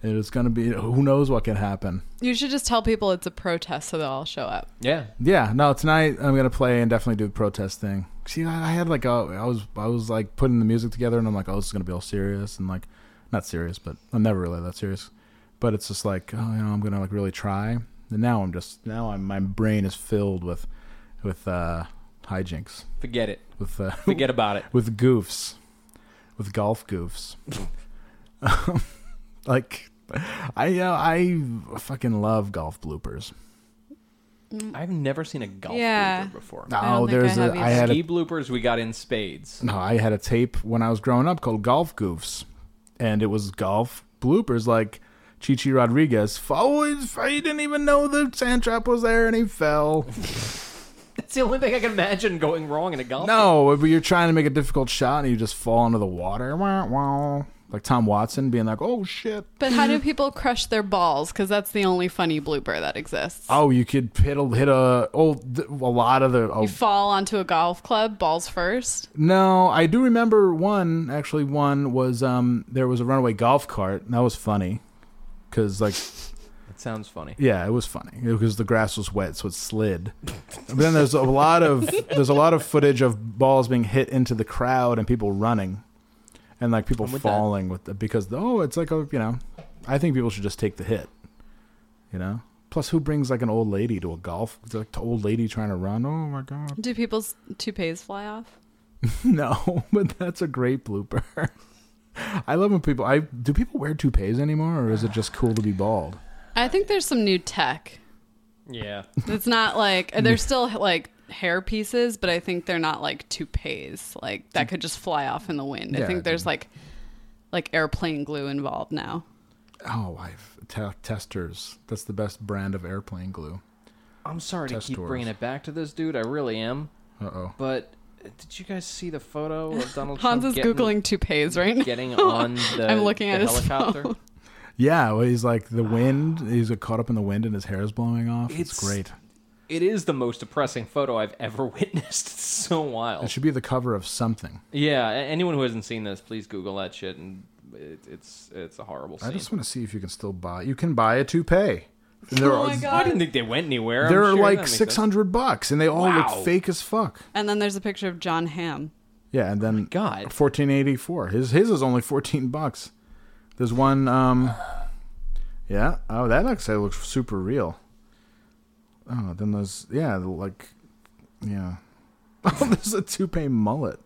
And it's gonna be who knows what can happen. You should just tell people it's a protest so they'll all show up. Yeah, Yeah, no, tonight I'm gonna play and definitely do the protest thing. See, I, I had like a, I was I was like putting the music together, and I'm like, oh, this is gonna be all serious and like, not serious, but I'm never really that serious. But it's just like, oh, you know, I'm gonna like really try. And now I'm just now I'm my brain is filled with with uh, hijinks Forget it. with uh, Forget about it. with goofs, with golf goofs. like, I uh, I fucking love golf bloopers. I've never seen a golf Yeah. blooper before. Oh, think I there's a have I either. had Ski a bloopers we got in spades. no, I had a tape when I was growing up called Golf Goofs, and it was golf bloopers like. Chichi Rodriguez, oh, he didn't even know the sand trap was there, and he fell. That's the only thing I can imagine going wrong in a golf. No, but you're trying to make a difficult shot and you just fall into the water. Wah, wah. Like Tom Watson being like, oh shit. But how do people crush their balls? Because that's the only funny blooper that exists. Oh, you could hit a, hit a, oh, th- a lot of the, oh, You fall onto a golf club, balls first. no, I do remember one, actually one was, um, there was a runaway golf cart and that was funny. Cause like, That sounds funny. yeah, it was funny because the grass was wet, so it slid. But then there's a lot of, there's a lot of footage of balls being hit into the crowd and people running and like people I'm with that. falling with the, because, oh, it's like a, you know, I think people should just take the hit. You know? Plus, who brings like an old lady to a golf? It's like the old lady trying to run. Oh my god! Do people's toupees fly off? No, but that's a great blooper. I love when people. I do people wear toupees anymore, or is it just cool to be bald? I think there's some new tech. Yeah. It's not like they're still like hair pieces, but I think they're not like toupees. Like that could just fly off in the wind. Yeah, I think there's dude. like like airplane glue involved now. Oh, I've te- testers. That's the best brand of airplane glue. I'm sorry Test to keep doors. bringing it back to this dude. I really am. Uh oh. But uh, did you guys see the photo of Donald Hans Trump is getting, googling toupees right now. getting on the I'm looking the at his helicopter? phone. Yeah, well, he's like the wind. He's like, caught up in the wind, and his hair is blowing off. It's, It's- great. It is the most depressing photo I've ever witnessed. It's so It wild. should be the cover of something. Yeah, a- anyone who hasn't seen this, please Google that shit, and it, it's it's a horrible I scene. just want to see if you can still buy. You can buy a toupee. And there Oh are- my I god! didn't think they went anywhere. I'm There are sure that like makes six sense. hundred bucks, and they all Wow. look fake as fuck. And then there's a picture of John Hamm. Yeah, and then God. fourteen eighty four. His his is only fourteen bucks. There's one. um Yeah. Oh, that actually looks super real. Oh, then there's yeah, like yeah. Oh, there's a toupee mullet.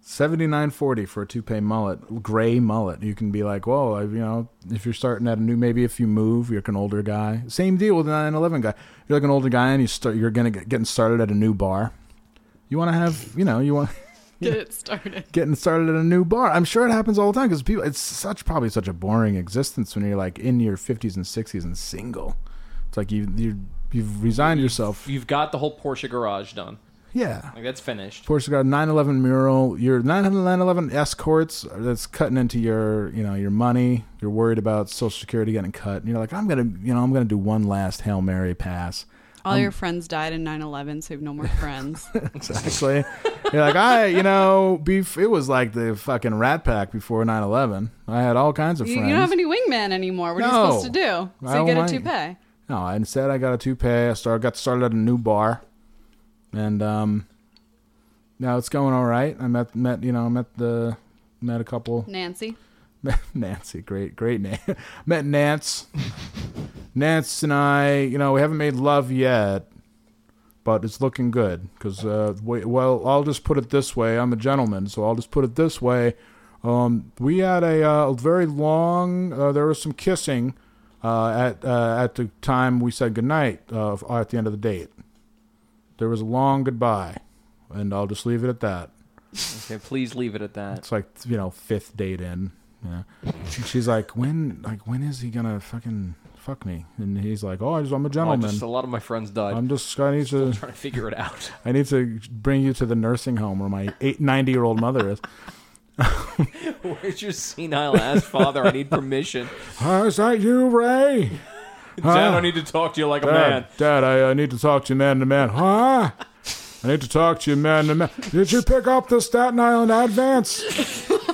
Seventy nine forty for a toupee mullet, gray mullet. You can be like, well, I, you know, if you're starting at a new, maybe if you move, you're like an older guy. Same deal with the nine eleven guy. You're like an older guy, and you start, you're gonna get, getting started at a new bar. You want to have, you know, you want Get it started. getting started at a new bar. I'm sure it happens all the time because people. It's such probably such a boring existence when you're like in your 50s and 60s and single. It's like you you you've resigned yourself. You've got the whole Porsche garage done. Yeah. Like that's finished. Porsche got a 911 mural. Your 911 escorts uh, that's cutting into your you know your money. You're worried about Social Security getting cut, and you're like, I'm gonna you know I'm gonna do one last hail mary pass. All your friends died in 9/11, so you have no more friends. Exactly. You're like, I, you know, beef. It was like the fucking Rat Pack before 9/11. I had all kinds of you, you friends. don't have any wingman anymore. What are you No. supposed to do? I So you don't get a like- toupee. No, I instead I got a toupee. I started got started at a new bar, and um, now it's going all right. I met met you know I met the met a couple Nancy. met Nancy, great great name. met Nance. Nance and I, you know, we haven't made love yet, but it's looking good because uh, we, well, I'll just put it this way. I'm a gentleman, so I'll just put it this way. Um, we had a, uh, very long. Uh, there was some kissing uh, at uh, at the time we said goodnight uh, at the end of the date. There was a long goodbye, and I'll just leave it at that. Okay, please leave it at that. It's like you know, fifth date in. Yeah, she's like, when, like, when is he gonna fucking fuck me? And he's like, oh, I just, I'm a Oh, gentleman. just a lot of my friends died. I'm just, I need to, trying to figure it out. I need to bring you to the nursing home where my eight, 90 year old mother is. Where's your senile ass father? I need permission. oh, is that you, Ray? Dad, I need to talk to you like a man. Dad, Dad, I, I need to talk to you man to man. Huh? I need to talk to you man to man. Did you pick up the Staten Island Advance?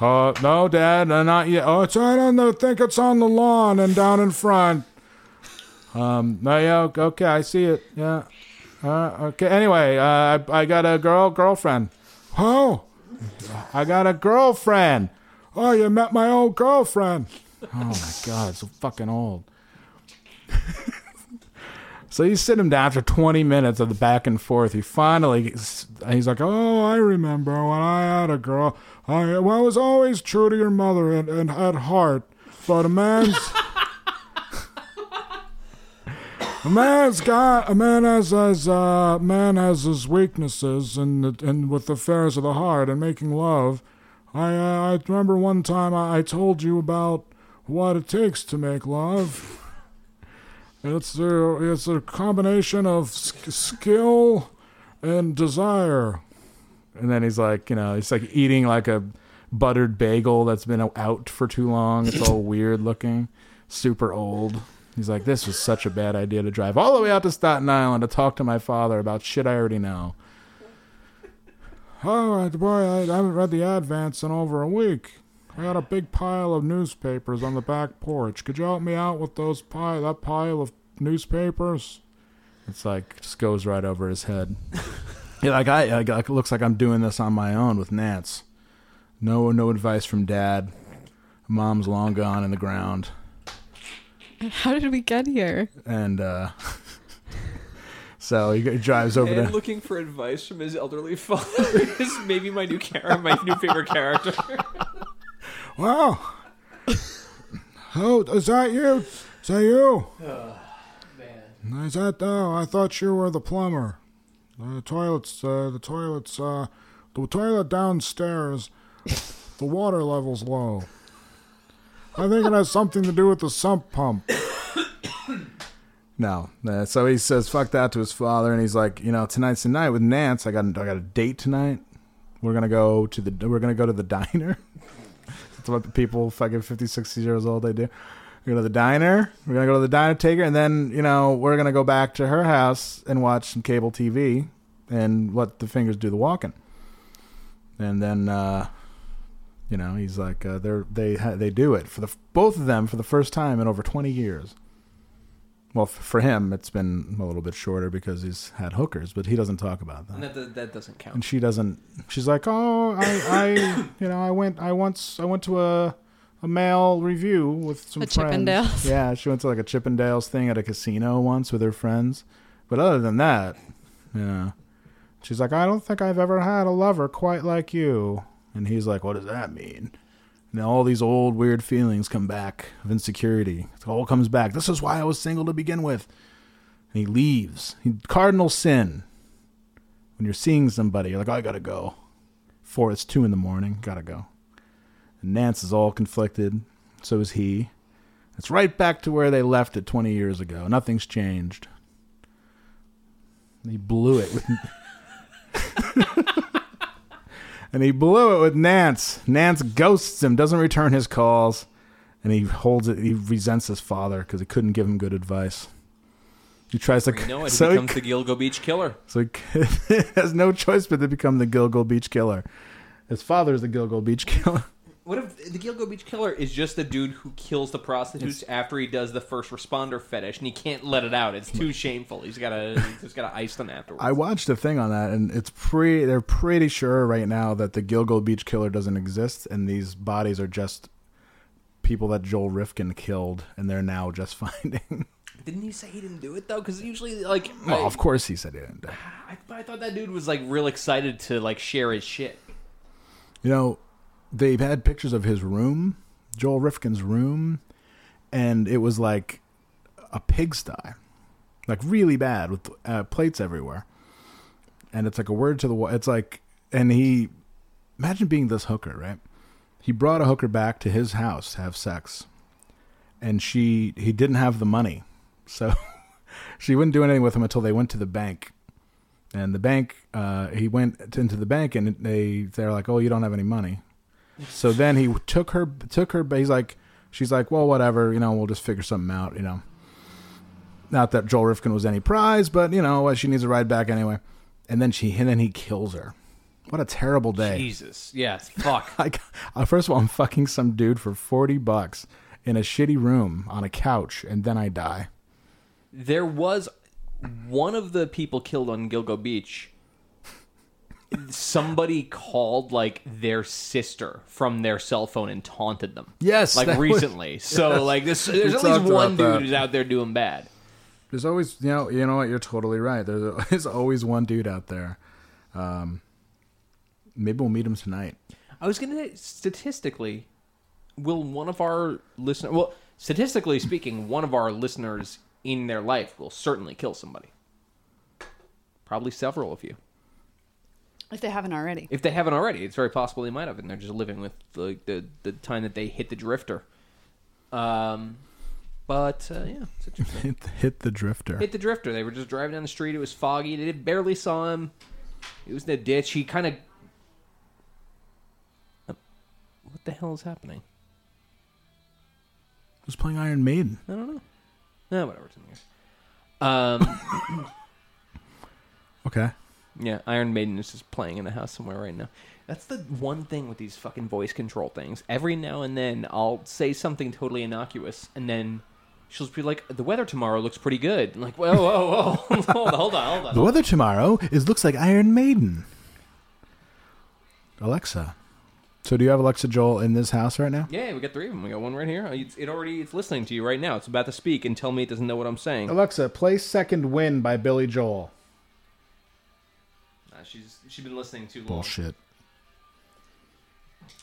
Uh, no, Dad, uh, not yet. Oh, it's I don't know, think it's on the lawn and down in front. Um, no, yeah, okay, I see it. Yeah. Uh, okay. Anyway, uh, I, I got a girl girlfriend. Oh, I got a girlfriend. Oh, you met my old girlfriend. Oh my God, it's so fucking old. So you sit him down after 20 minutes of the back and forth. He finally, gets- he's like, "Oh, I remember when I had a girl. I, well, I was always true to your mother and, and at heart, but a man's a man's got a man has his uh, man has his weaknesses, and the- and with affairs of the heart and making love. I uh, I remember one time I, I told you about what it takes to make love." It's a, it's a combination of sk- skill and desire. And then he's like, you know, it's like eating like a buttered bagel that's been out for too long. It's all weird looking, super old. He's like, this was such a bad idea to drive all the way out to Staten Island to talk to my father about shit I already know. Oh, I- boy, I, I haven't read the Advance in over a week. I got a big pile of newspapers on the back porch. Could you help me out with those pile that pile of newspapers? It's like just goes right over his head. yeah, like I, I like, it looks like I'm doing this on my own with Nance. No, no advice from Dad. Mom's long gone in the ground, How did we get here? and uh so he g- drives over And to. looking for advice from his elderly father is maybe my new character, my new favorite character. Wow. oh, is that you? Is that you? man. Is that? Oh, I thought you were the plumber. The toilets. Uh, the toilets. Uh, the toilet downstairs. the water level's low. I think it has something to do with the sump pump. No. Uh, so he says, "Fuck that" to his father, and he's like, "You know, tonight's the night with Nance. I got, I got a date tonight. We're gonna go to the, we're gonna go to the diner. That's what the people fucking 50, 60 years old they do. We go to the diner. We're gonna go to the diner, take her, and then you know we're gonna go back to her house and watch some cable TV and let the fingers do the walking. And then, uh, you know, he's like, uh, they're they ha- they do it for the both of them for the first time in over twenty years. Well, f- for him, it's been a little bit shorter because he's had hookers, but he doesn't talk about that that, that, doesn't count. and she doesn't she's like oh i i you know i went i once i went to a a male review with some A friends Chippendales. yeah she went to like a chippendales thing at a casino once with her friends but other than that you know she's like i don't think i've ever had a lover quite like you and he's like what does that mean and all these old weird feelings come back of insecurity it all comes back this is why i was single to begin with and he leaves he, cardinal sin when you're seeing somebody, you're like, I gotta go. Four, it's two in the morning, gotta go. And Nance is all conflicted, so is he. It's right back to where they left it 20 years ago. Nothing's changed. And he blew it with. and he blew it with Nance. Nance ghosts him, doesn't return his calls, and he holds it. He resents his father because he couldn't give him good advice. He tries to. You know, it so he becomes the Gilgo Beach Killer. so he has no choice but to become the Gilgo Beach Killer. His father is the Gilgo Beach Killer. What if the Gilgo Beach Killer is just the dude who kills the prostitutes after he does the first responder fetish, and he can't let it out? It's too shameful. He's got to, he's got to ice them afterwards. I watched a thing on that, and it's pre. They're pretty sure right now that the Gilgo Beach Killer doesn't exist, and these bodies are just people that Joel Rifkin killed, and they're now just finding. Didn't he say he didn't do it though? Because usually, like, well, I- of course he said he didn't. I, but I thought that dude was like real excited to like share his shit. You know, they've had pictures of his room, Joel Rifkin's room, and it was like a pigsty, like really bad with uh, plates everywhere. And it's like a word to the wall. It's like, and he, imagine being this hooker, right? He brought a hooker back to his house to have sex, and she, he didn't have the money, so she wouldn't do anything with him until they went to the bank and the bank uh, he went into the bank and they they're like oh you don't have any money so then he took her took her but he's like she's like well whatever you know we'll just figure something out you know not that joel rifkin was any prize but you know she needs a ride back anyway and then she and then he kills her what a terrible day Jesus, yes, fuck. like uh, first of all i'm fucking some dude for 40 bucks in a shitty room on a couch and then i die there was one of the people killed on Gilgo Beach. Somebody called like their sister from their cell phone and taunted them. Yes, like that was- recently. So like this, there's at least talked about one dude that. who's out there doing bad. There's always, you know, you know what? You're totally right. There's, there's always one dude out there. Um, maybe we'll meet him tonight. I was gonna say, statistically, will one of our listeners? Well, statistically speaking, one of our listeners in their life will certainly kill somebody. Probably several of you, If they haven't already. if they haven't already. It's very possible they might have, and they're just living with the the, the time that they hit the drifter. Um, but uh, yeah, it's interesting. Hit, hit the drifter. hit the drifter. They were just driving down the street. It was foggy. They barely saw him. It was in a ditch. He kind of. What the hell is happening? Who's playing Iron Maiden? No, Ah, whatever. It's in the air. Um, Okay. yeah, Iron Maiden is just playing in the house somewhere right now. That's the one thing with these fucking voice control things. Every now and then, I'll say something totally innocuous, and then she'll be like, "The weather tomorrow looks pretty good." I'm like, whoa, whoa, whoa, hold on, hold on, hold The on. weather tomorrow is looks like Iron Maiden. Alexa. So do you have Alexa Joel in this house right now? Yeah, we got three of them. We got one right here. It's, it already it's listening to you right now. It's about to speak and tell me it doesn't know what I'm saying. Alexa, play Second Win by Billy Joel. Nah, Uh, she's she's been listening too long. Bullshit.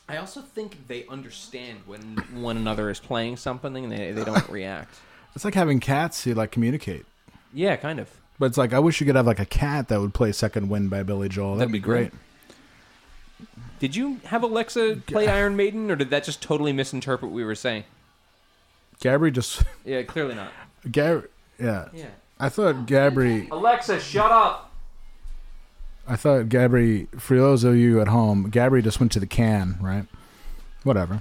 I also think they understand when one another is playing something and they, they don't react. It's like having cats who like communicate. Yeah, kind of. But it's like I wish you could have like a cat that would play Second Win by Billy Joel. That'd, That'd be be great. Did you have Alexa play Iron Maiden, or did that just totally misinterpret what we were saying? Gabri just Yeah, clearly not. Gab yeah. Yeah. I thought Gabri Alexa, shut up. I thought Gabri for those of you at home, Gabri just went to the can, right? Whatever.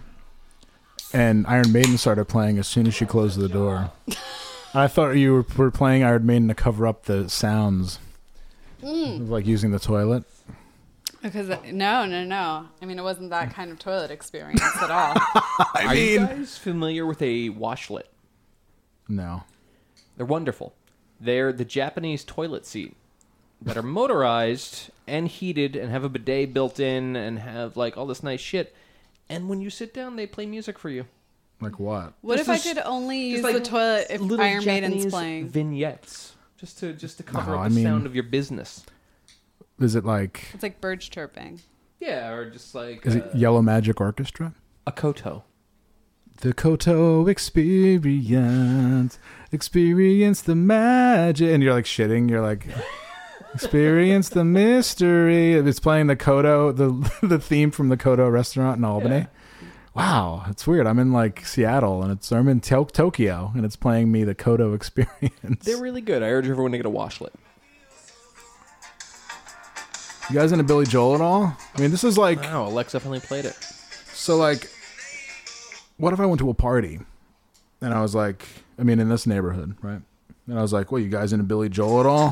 And Iron Maiden started playing as soon as she closed the door. I thought you were, were playing Iron Maiden to cover up the sounds. Of, Like using the toilet. Because no, no, no. I mean, it wasn't that kind of toilet experience at all. Are you guys familiar with a washlet? No. They're wonderful. They're the Japanese toilet seat that are motorized and heated and have a bidet built in and have like all this nice shit. And when you sit down, they play music for you. Like what? What Just if I this- could only use Just the toilet if little Iron Maiden's Japanese playing? vignettes just to just to cover No, up I the mean- sound of your business. Is it like it's like birds chirping. Yeah, or just like is uh, it Yellow Magic Orchestra? a koto. The Koto experience. Experience the magic. And you're like shitting. You're like, experience the mystery. It's playing the Koto, the, the theme from the Koto restaurant in Albany. Yeah. Wow, it's weird. I'm in like Seattle and it's I'm in to- Tokyo and it's playing me the Koto experience. They're really good. I urge everyone to get a washlet. you guys into Billy Joel at all? I mean, this is like Wow, Oh, Alexa finally played it. So like, what if I went to a party, and I was like, I mean, in this neighborhood, right? And I was like, well, you guys into Billy Joel at all?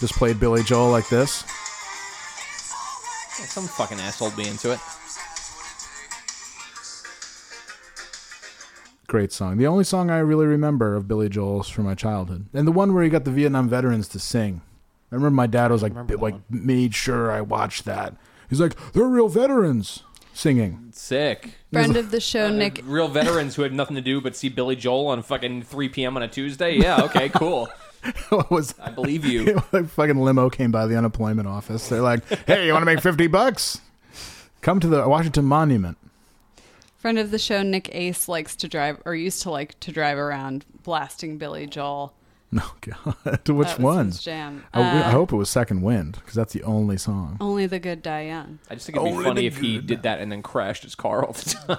Just played Billy Joel like this. Yeah, Oh, some fucking asshole be into it. Great song. The only song I really remember of Billy Joel's from my childhood, and the one where he got the Vietnam veterans to sing. I remember my dad was like, remember that like made sure I watched that. He's like, they're real veterans singing. Sick. Uh, Friend of the show, Nick. Real veterans who have nothing to do but see Billy Joel on fucking 3 p.m. on a Tuesday. Yeah, okay, cool. What was I believe you. like fucking limo came by the unemployment office. They're like, "Hey, you want to make fifty bucks? Come to the Washington Monument." Friend of the show, Nick Ace likes to drive or used to like to drive around blasting Billy Joel. No God, to which That was his ones? jam. I, I Uh, Oh. hope it was Second Wind because that's the only song. Only the good die young. I just think it'd be funny if he did that and then crashed his car all the time.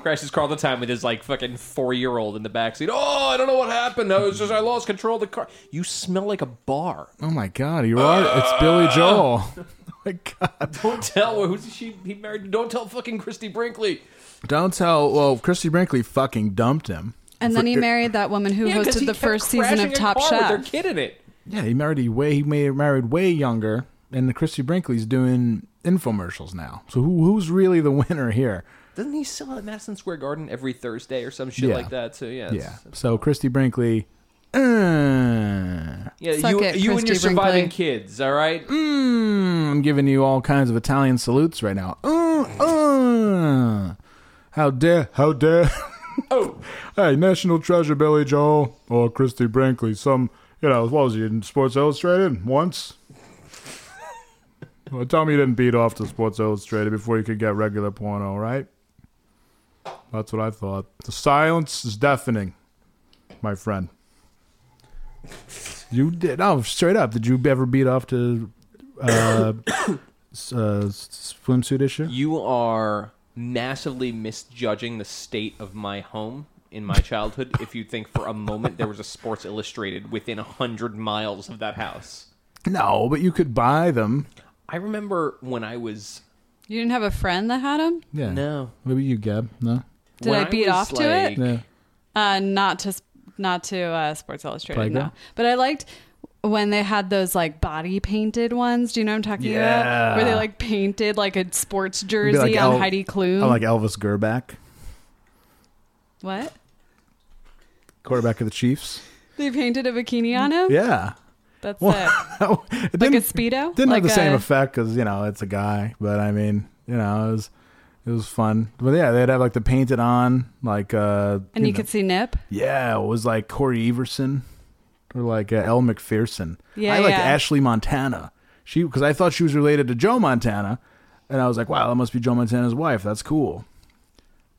crashed his car all the time with his like fucking four year old in the backseat. Oh, I don't know what happened. I was just I lost control of the car. You smell like a bar. Oh my God, you are! it's Uh. Billy Joel. oh my God! Don't tell who's she he married. Don't tell fucking Christy Brinkley. Don't tell. Well, Christy Brinkley fucking dumped him. And then he er, For- married that woman who 'cause he hosted the kept first season crashing of a Top car With Chef. their kid in it. Yeah, he married a way. He made married way younger, and the Christy Brinkley's doing infomercials now. So who, who's really the winner here? Doesn't he sell at Madison Square Garden every Thursday or some shit Yeah. like that? So yeah, Yeah. it's- So Christy Brinkley. uh, yeah. Suck you it, you and your Christy surviving Brinkley. kids. All right. Mm, I'm giving you all kinds of Uh, Italian salutes right now. Mm, mm. How dare, how dare. Oh, hey, National Treasure Billy Joel or Christy Brinkley, some, you know, what was he in Sports Illustrated once? well, tell me you didn't beat off to Sports Illustrated before you could get regular porno, right? That's what I thought. The silence is deafening, my friend. You did, no, straight up. Did you ever beat off to uh, s- uh, s- swimsuit issue? you are massively misjudging the state of my home in my childhood if you think for a moment there was a Sports Illustrated within a hundred miles of that house. No, but you could buy them. I remember when I was You didn't have a friend that had him? Yeah. No. Maybe you, Gab. No. Did when I beat was, off to like- it? Yeah. Uh, not to sp- not to uh, Sports Illustrated. Playground? No, but I liked when they had those like body painted ones. Do you know what I'm talking Yeah. about? Where they like painted like a sports Be jersey like on El- Heidi Klum. I like Elvis Gerback, what? quarterback of the Chiefs. They painted a bikini on him. Yeah. That's Well, it. it Like didn't, a speedo. didn't have like the same a- effect because, you know, it's a guy. But I mean, you know, it was it was fun. But yeah, they'd have like the painted on, like. uh And you know- could see nip. Yeah, it was like Corey Everson or like uh, Elle McPherson. Yeah, I liked yeah. Ashley Montana. She because I thought she was related to Joe Montana, and I was like, wow, that must be Joe Montana's wife. That's cool.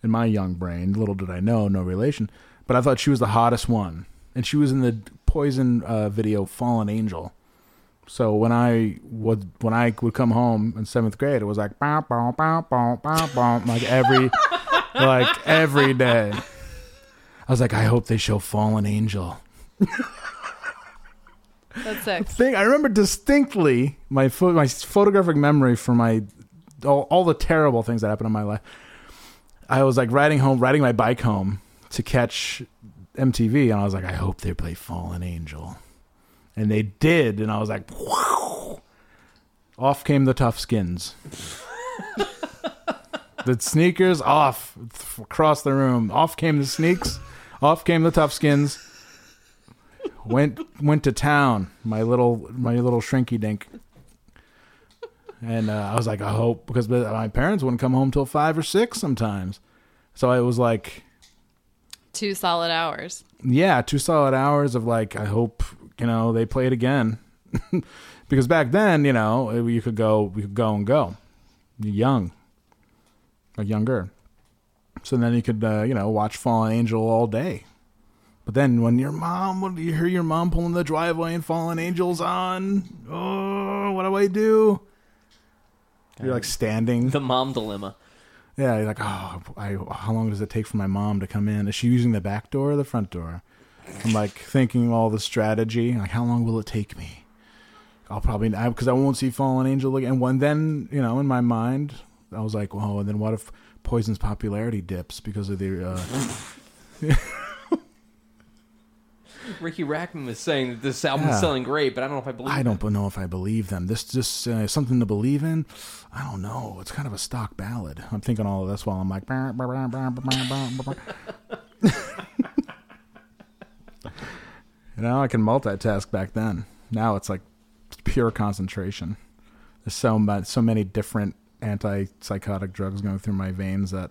In my young brain, little did I know, no relation. But I thought she was the hottest one, and she was in the Poison uh, video "Fallen Angel." So when I would when I would come home in seventh grade, it was like bow, bow, bow, bow, bow, bow, like every like every day. I was like, I hope they show Fallen Angel. That's it. Thing I remember distinctly my pho- my photographic memory for my all, all the terrible things that happened in my life. I was like riding home, riding my bike home to catch MTV, and I was like, I hope they play Fallen Angel, and they did, and I was like, wow. Off came the tough skins. the sneakers off th- across the room. Off came the sneaks. off came the tough skins. Went went to town. My little my little shrinky dink. And uh, I was like, I hope because my- my parents wouldn't come home till five or six sometimes. So I was like, Two solid hours. yeah, two solid hours of like, I hope you know they play it again, because back then you know you could go, we could go and go, You're young, like younger. So then you could uh, you know watch Fallen Angel all day, but then when your mom, when you hear your mom pulling the driveway and Fallen Angels on, oh, what do I do? You're like standing. The mom dilemma. Yeah, you're like, oh, I, how long does it take for my mom to come in? Is she using the back door or the front door? I'm like thinking all the strategy. Like, how long will it take me? I'll probably because I, won't see Fallen Angel again. And when then, you know, in my mind, I was like, well, and then what if Poison's popularity dips because of the? Uh, Ricky Rackman was saying that this album Yeah. is selling great, but I don't know if I believe. I it. don't know if I believe them. This just uh, something to believe in. I don't know. It's kind of a stock ballad. I'm thinking all of this while I'm like. "Bah, bah, bah, bah, bah, bah, bah, bah." you know, I can multitask back then. Now it's like pure concentration. There's so much, so many different antipsychotic drugs going through my veins that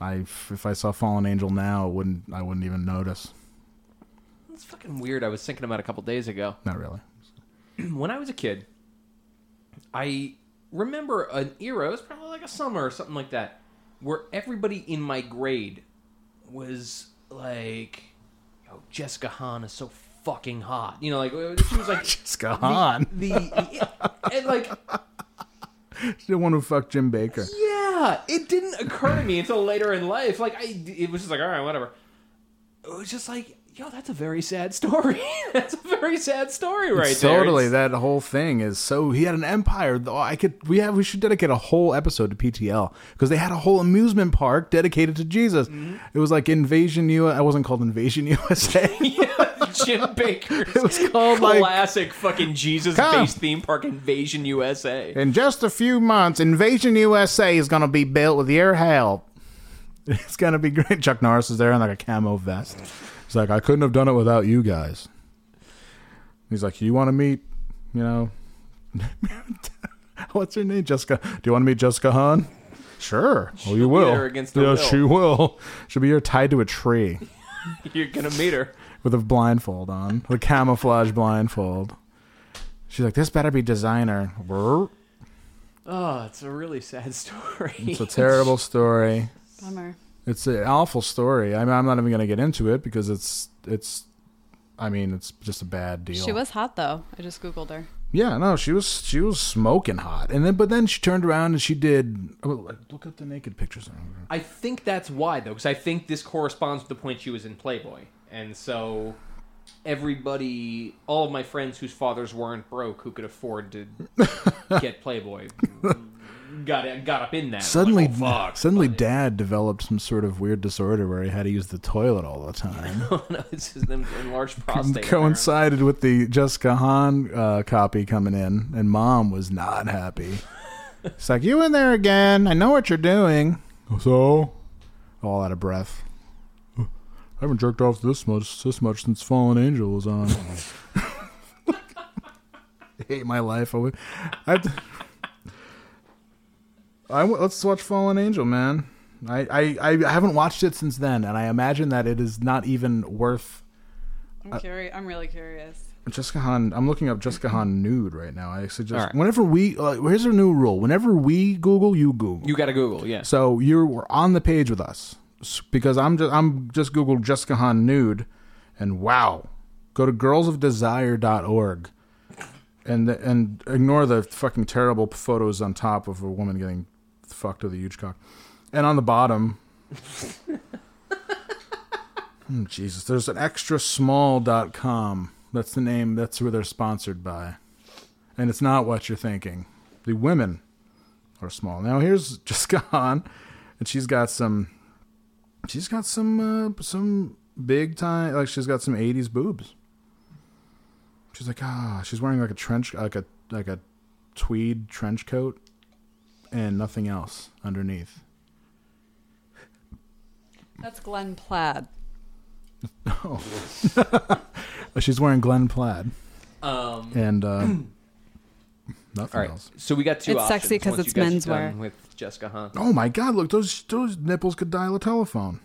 I, if I saw Fallen Angel now, it wouldn't I wouldn't even notice. It's fucking weird. I was thinking about it a couple days ago. Not really. when I was a kid, I remember an era, it was probably like a summer or something like that, where everybody in my grade was like, yo, Jessica Hahn is so fucking hot. You know, like, she was like, It's gone. the, the, and like, The one who fucked Jim Baker. yeah, it didn't occur to me until later in life. Like, I, it was just like, all right, whatever. It was just like, yo, that's a very sad story. that's a very sad story right there. totally It's- that whole thing is so he had an empire though i could we have we should dedicate a whole episode to ptl because they had a whole amusement park dedicated to jesus it was like invasion u i wasn't called invasion usa Jim Baker's It was called, like- classic fucking Come. Jesus-based theme park Invasion USA. in just a few months invasion usa is going to be built with your help it's going to be great chuck norris is there in like a camo vest he's like i couldn't have done it without you guys he's like you want to meet you know what's her name jessica do you want to meet jessica hahn Sure. Well, be you will. there against her yeah, will. she will. She'll be here tied to a tree You're gonna meet her. with a blindfold on, with a camouflage blindfold. She's like, this better be designer. Brr. Oh, it's a really sad story. It's a terrible story. Bummer. It's an awful story. I mean, I'm not even going to get into it because it's it's. I mean, it's just a bad deal. She was hot though. I just googled her. Yeah, no, she was she was smoking hot, and then but then she turned around and she did. oh, Look up the naked pictures. I think that's why though, because I think this corresponds with the point she was in Playboy, and so everybody, all of my friends whose fathers weren't broke, who could afford to get Playboy, got got up in that. Suddenly, Like, oh, fuck. suddenly, Dad developed some sort of weird disorder where he had to use the toilet all the time. no, it's just an enlarged prostate. coincided with the Jessica Hahn uh, copy coming in, and Mom was not happy. it's like you in there again. I know what you're doing. So, all out of breath. I haven't jerked off this much this much since Fallen Angel was on. I hate my life. I, would- I, have to- I w- let's watch Fallen Angel, man. I, I, I haven't watched it since then, and I imagine that it is not even worth I'm Uh, curious. I'm really curious. Jessica Hahn. I'm looking up Jessica Hahn nude right now. I suggest All right. whenever we uh, here's our new rule: whenever we Google, you Google. You got to Google, yes. so you were on the page with us S- because I'm just I'm just Googled Jessica Hahn nude, and wow, go to girlsofdesire.org, and the, and ignore the fucking terrible photos on top of a woman getting fucked with a huge cock, and on the bottom. Hmm, Jesus, there's an extra small.com. That's the name. That's where they're sponsored by. And it's not what you're thinking. The women are small. Now here's Jessica Hahn, and she's got some, she's got some, uh, some big time. Like she's got some '80s boobs. She's like, ah, she's wearing like a trench, like a like a tweed trench coat, and nothing else underneath. That's Glenn Plaid. Uh, She's wearing Glen plaid Um, and uh, nothing all right, else. so we got two. It's sexy options 'cause once it's you guys are menswear. done with Jessica, huh? Oh my God! Look, those those nipples could dial a telephone.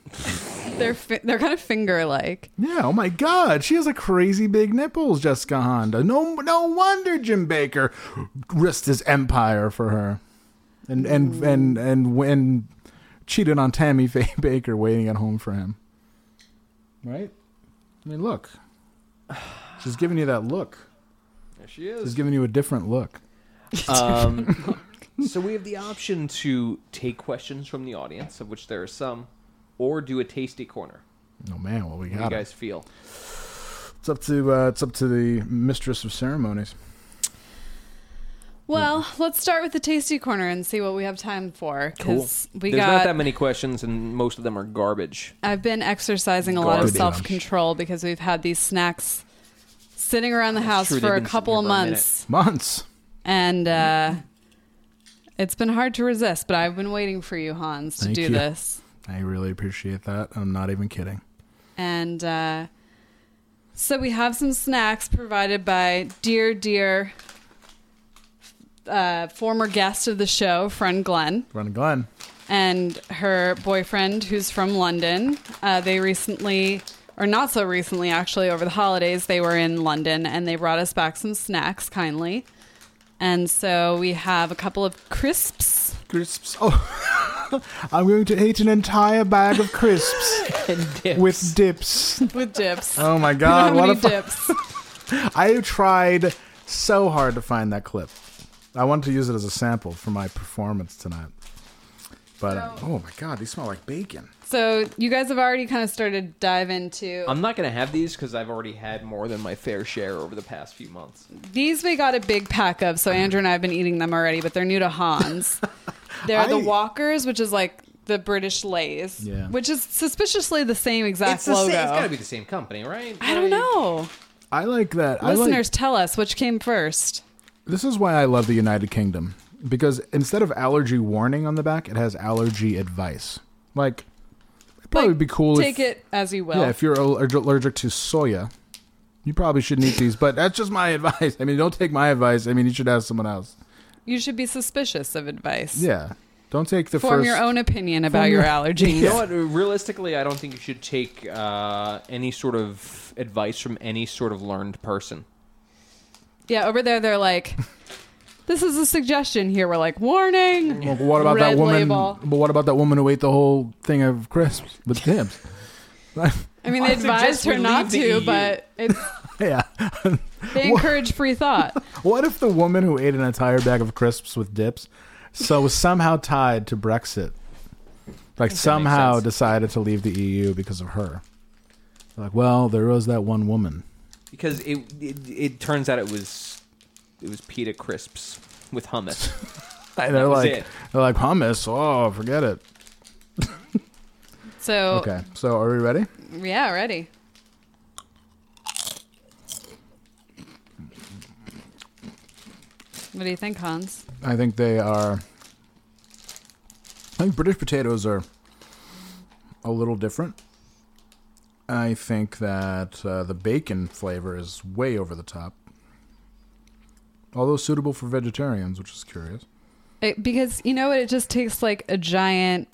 They're fi- they're kind of finger like. Yeah, oh my God, she has a crazy big nipples, Jessica Honda. No, no wonder Jim Baker risked his empire for her, and and and and when cheated on Tammy Faye Baker, waiting at home for him. Right? I mean, look, she's giving you that look. There she She's is. giving you a different look. Um, so we have the option to take questions from the audience, of which there are some, or do a tasty corner. Oh man, well we What do you got it. guys feel? It's up to uh, it's up to the mistress of ceremonies. Well, let's start with the tasty corner and see what we have time for. Because we There's got. not that many questions, and most of them are garbage. I've been exercising a lot of Garbage. self control because we've had these snacks sitting around the house true, they've for a been sitting couple here of for a minute. months, Months. and uh, it's been hard to resist. But I've been waiting for you, Hans, to Thank do you. this. I really appreciate that. I'm not even kidding. And uh, so we have some snacks provided by dear, dear uh, former guest of the show, friend Glenn, Run and gun. and her boyfriend, who's from London. Uh, they recently, or not so recently, actually, over the holidays, they were in London and they brought us back some snacks kindly. And so we have a couple of crisps. crisps. Oh, I'm going to eat an entire bag of crisps with dips. With dips. Oh my We don't god! have What any a fu- dips. I tried so hard to find that clip. I wanted to use it as a sample for my performance tonight. But uh, oh my god, these smell like bacon. so you guys have already kind of started to dive into. Um, I'm not going to have these because I've already had more than my fair share over the past few months. These we got a big pack of, um, so Andrew and I have been eating them already, but they're new to Hans. they're the I- Walkers, which is like the British Lays, Yeah. which is suspiciously the same exact It's, the logo. same, it's got to be the same company, right? I don't know. I like that. I like, Listeners, tell us which came first. this is why I love the United Kingdom because instead of allergy warning on the back, it has allergy advice. Like, it'd probably Like, be cool. Take if, it as you will. Yeah, if you're al- allergic to soya, you probably shouldn't eat these. But that's just my advice. I mean, don't take my advice. I mean, you should ask someone else. you should be suspicious of advice. Yeah, Don't take the Form first. your own opinion about your allergies. You know what? Realistically, I don't think you should take uh, any sort of advice from any sort of learned person. Yeah, over there they're like, this is a suggestion. Here we're like, warning. Well, what about Red that woman? label. But what about that woman who ate the whole thing of crisps with Tim's? I mean, I they advised suggest we her not leave the E to, EU. but it's, yeah. they encourage free thought. What if the woman who ate an entire bag of crisps with dips, so was somehow tied to Brexit, like somehow sense. decided to leave the EU because of her? Like, well, there was that one woman. because it, it it turns out it was it was pita crisps with hummus. And they're was like, it. they're like hummus. Oh, forget it. So, Okay, so are we ready? yeah, ready. What do you think, Hans? I think they are. I think British potatoes are a little different. I think that uh, the bacon flavor is way over the top, although suitable for vegetarians, which is curious. It, because you know what? It just takes like a giant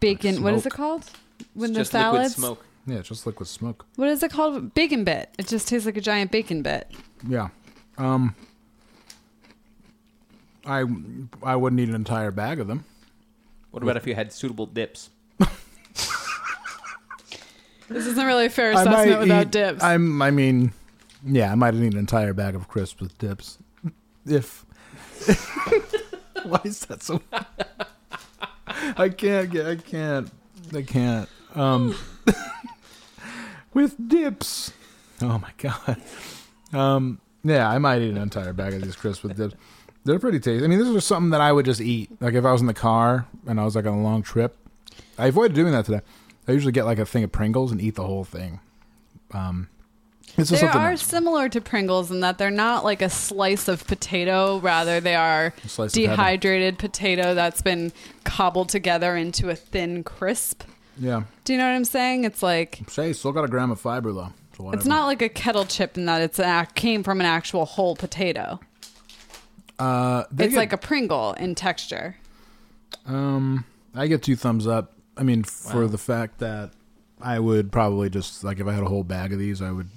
bacon. what is it smoke. called? When It's the just liquid salads. smoke. Yeah, just liquid smoke. What is it called? Bacon bit. It just tastes like a giant bacon bit. Yeah. Um. I I wouldn't eat an entire bag of them. What about if you had suitable dips? This isn't really a fair I assessment might without eat- dips. I'm. I mean, yeah, I might eat an entire bag of crisps with dips, if. Why is that so? I can't get. I can't. I can't. Um, with dips. Oh my god. Um. Yeah, I might eat an entire bag of these crisps with dips. They're pretty tasty. I mean, this is something that I would just eat. Like if I was in the car and I was like on a long trip, I avoided doing that today. I usually get like a thing of Pringles and eat the whole thing. Um, this is They something are similar to Pringles in that they're not like a slice of potato, rather they are slice of heaven. dehydrated potato that's been cobbled together into a thin crisp. yeah. Do you know what I'm saying? It's like Say, still got a gram of fiber though. So whatever. it's not like a kettle chip in that it's an, act- came from an actual whole potato. Uh, they it's get- like a Pringle in texture. Um, I get two thumbs up. I mean, for the fact that I would probably just like if I had a whole bag of these, I would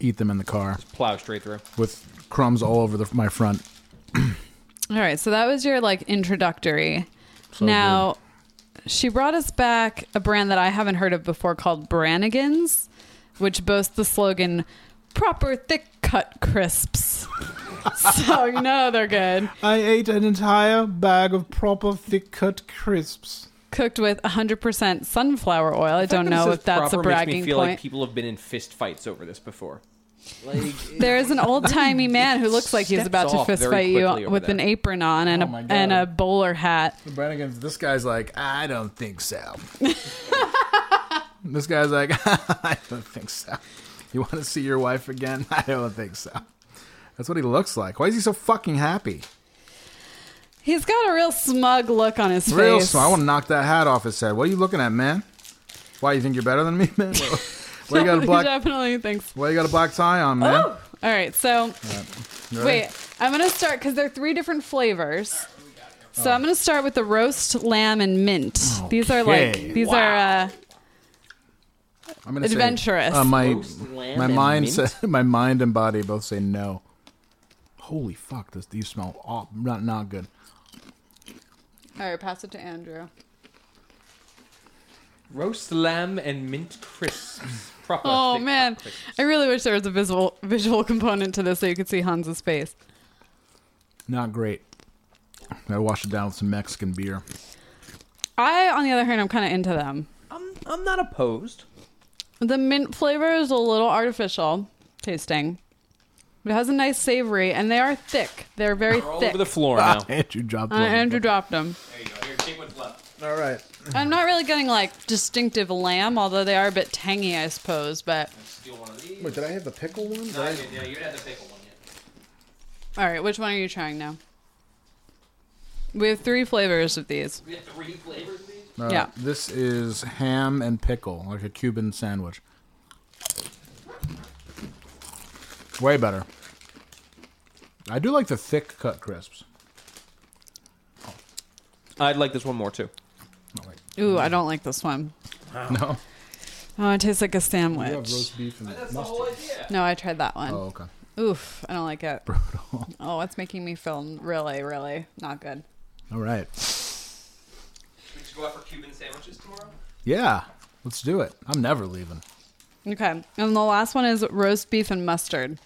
eat them in the car Plow straight through. with crumbs all over the, my front. All right, so that was your like introductory. So now, she brought us back a brand that I haven't heard of before called Brannigan's, which boasts the slogan "Proper thick cut crisps." so you know they're good. I ate an entire bag of proper thick cut crisps. Cooked with 100% sunflower oil. I don't know if that's a bragging makes me feel point. like people have been in fist fights over this before. Like there is an old timey man who looks like he's steps about to off very fist fight you quickly over with an there. apron on and, Oh my a, God. and a bowler hat. Brannigan's. This guy's like, I don't think so. this guy's like, I don't think so. You want to see your wife again? I don't think so. That's what he looks like. Why is he so fucking happy? He's got a real smug look on his Real face. smart. I want to knock that hat off his head. What are you looking at, man? Why you think you're better than me, man? Why you got a He black? definitely thinks Why you got a black tie on, man? All right, so You ready? wait, I'm gonna start because there are three different flavors. So I'm gonna start with the roast lamb and mint. These are Okay. like these are uh, I'm gonna say, adventurous. uh, my Roast lamb my and mind mint? says my mind and body both say no. Holy fuck! This these smell aw- not not good. all right. Pass it to Andrew. roast lamb and mint crisps. Proper Oh thick cut man, crisps. I really wish there was a visual visual component to this so you could see Hans's face. Not great. I wash it down with some Mexican beer. I, on the other hand, I'm kind of into them. I'm I'm not opposed. The mint flavor is a little artificial tasting. It has a nice savory, and they are thick. They're very They're all thick. over the floor now. Andrew dropped. uh, one. Andrew dropped them. There you go. Here, take what's left. All right. I'm not really getting like distinctive lamb, although they are a bit tangy, I suppose. But Steal one of these. Wait, did I have the pickle one? Did No, I- you- yeah, you'd have to pick one. Yeah. all right, which one are you trying now? We have three flavors of these. We have three flavors of these. All right. Yeah. Uh, This is ham and pickle, like a Cuban sandwich. Way better. I do like the thick cut crisps. I'd like this one more too. Ooh, I don't like this one. No. Oh, it tastes like a sandwich. You have roast beef and mustard. idea. No, I tried that one. Oh, okay. Oof, I don't like it. Oh, it's making me feel really, really not good. All right. Should we just go out for Cuban sandwiches tomorrow? Yeah. Let's do it. I'm never leaving. Okay, and the last one is roast beef and mustard.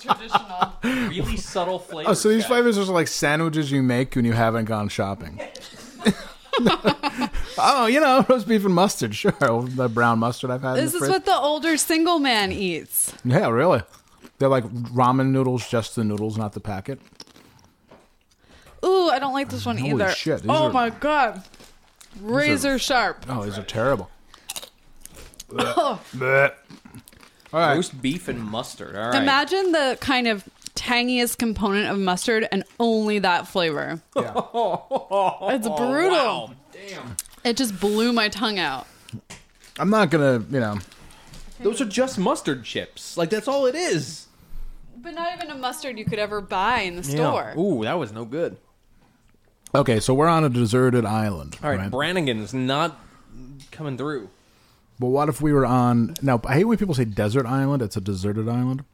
Traditional. Really subtle flavors. Oh, so these guys. flavors are like sandwiches you make when you haven't gone shopping. oh, you know, roast beef and mustard. Sure, the brown mustard I've had. This in is the what the older single man eats. fridge. Yeah, really. They're like ramen noodles, just the noodles, not the packet. Ooh, I don't like this one Holy either. shit, these oh are- my god. Razor sharp. Oh, these are terrible. Blech. All right. roast beef and mustard. All right. Imagine the kind of tangiest component of mustard and only that flavor. Yeah. Oh, It's brutal. Wow. Damn. It just blew my tongue out. I'm not gonna, you know. Those are just mustard chips. Like that's all it is. But not even a mustard you could ever buy in the store. Ooh, that was no good. Okay, so we're on a deserted island. All right, right? Brannigan's not coming through. But what if we were on? Now I hate when people say desert island. It's a deserted island.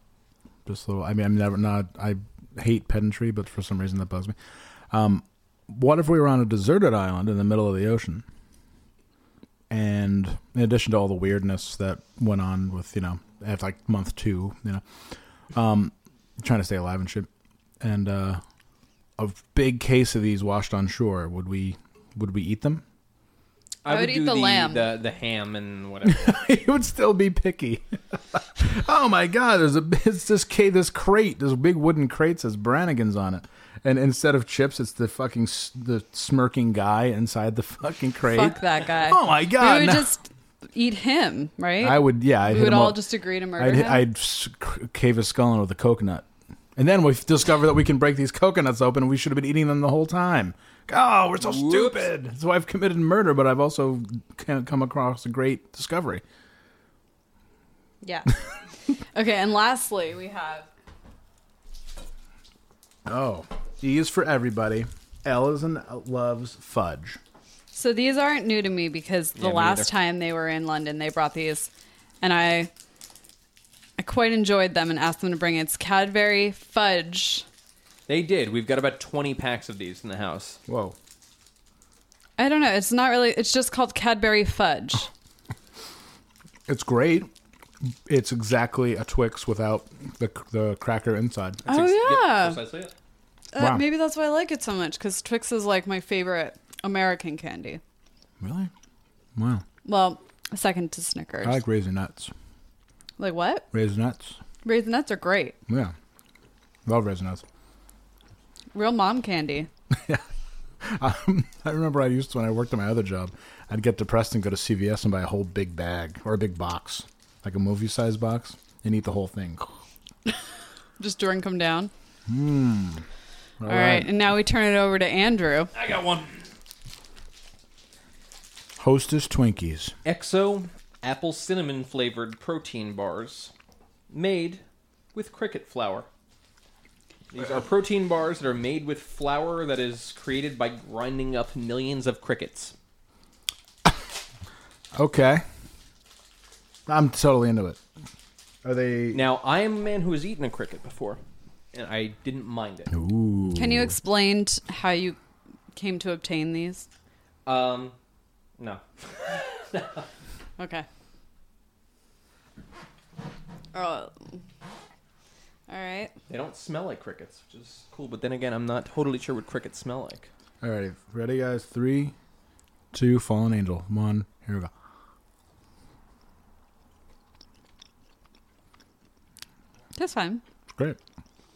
Just a little. I mean, I'm never not. I hate pedantry, but for some reason that bugs me. Um, what if we were on a deserted island in the middle of the ocean? And in addition to all the weirdness that went on with you know at like month two, you know, um, trying to stay alive and shit, and uh, a big case of these washed on shore, would we would we eat them? I would eat do the lamb. the, the ham, and whatever. you would still be picky. oh my God! There's a it's this ca- this crate, this big wooden crate says Brannigan's on it, and instead of chips, it's the fucking s- the smirking guy inside the fucking crate. Fuck that guy. Oh my God, We would no. just eat him, right? I would, yeah, I'd We hit would him all up. just agree to murder I'd, hit- him. I'd s- c- cave his skull in with a coconut, and then we discover that we can break these coconuts open. We should have been eating them the whole time. Oh, we're so stupid. So I've committed murder, but I've also c- come across a great discovery. Yeah. okay, and lastly, we have Oh, E is for everybody. L is in loves fudge. So these aren't new to me because the Yeah, me last neither. time they were in London, they brought these, and I, I quite enjoyed them and asked them to bring it. It's Cadbury fudge. they did. We've got about twenty packs of these in the house. Whoa. I don't know. It's not really. It's just called Cadbury fudge. It's great. It's exactly a Twix without the, the cracker inside. oh yeah. Yep, precisely it. Uh, Wow. Maybe that's why I like it so much because Twix is like my favorite American candy. Really? Wow. Well, second to Snickers. I like Raisin Nuts. like what? Raisin Nuts. Raisin nuts are great. Yeah. Love Raisin Nuts. Real mom candy. I remember I used to, when I worked at my other job, I'd get depressed and go to CVS and buy a whole big bag or a big box, like a movie size box, and eat the whole thing. Just drink them down. Hmm. All All right, and now we turn it over to Andrew. I got one. Hostess Twinkies. Exo apple cinnamon flavored protein bars made with cricket flour. These are protein bars that are made with flour that is created by grinding up millions of crickets. Okay. I'm totally into it. Are they Now, I am a man who has eaten a cricket before, and I didn't mind it. Can you explain t- how you came to obtain these? Um, no. Okay. Oh. All right. They don't smell like crickets, which is cool, but then again, I'm not totally sure what crickets smell like. All right, ready, guys? Three, two, Fallen Angel. One, here we go. That's fine. It's great.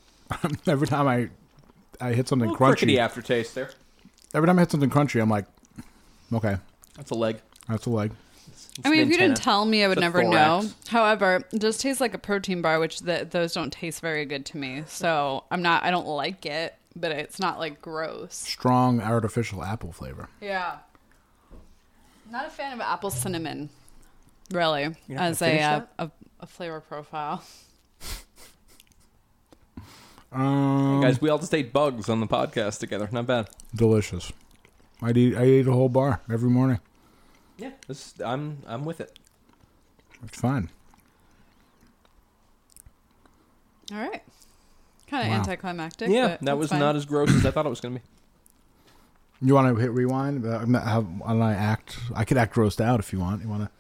every time I, I hit something little crunchy. crickety aftertaste there. Every time I hit something crunchy, I'm like, okay, That's a leg. that's a leg. I mean, if you Nintendo. didn't tell me, I would It's a never thorax. know. However, it does taste like a protein bar, which th those don't taste very good to me. So I'm not. I don't like it, but it's not like gross. Strong artificial apple flavor. Yeah. Not a fan of apple cinnamon, really, not gonna as a, finish uh that? a a flavor profile. Um, Guys, we all just ate bugs on the podcast together. Not bad. delicious. I eat. I eat a whole bar every morning. Yeah, this, I'm I'm with it. It's fine. All right. Kind of Wow. anticlimactic. Yeah, but that it's was fine. not as gross as I thought it was going to be. You want to hit rewind? Uh, I'm not, have, and I act. I could act grossed out if you want. You want to.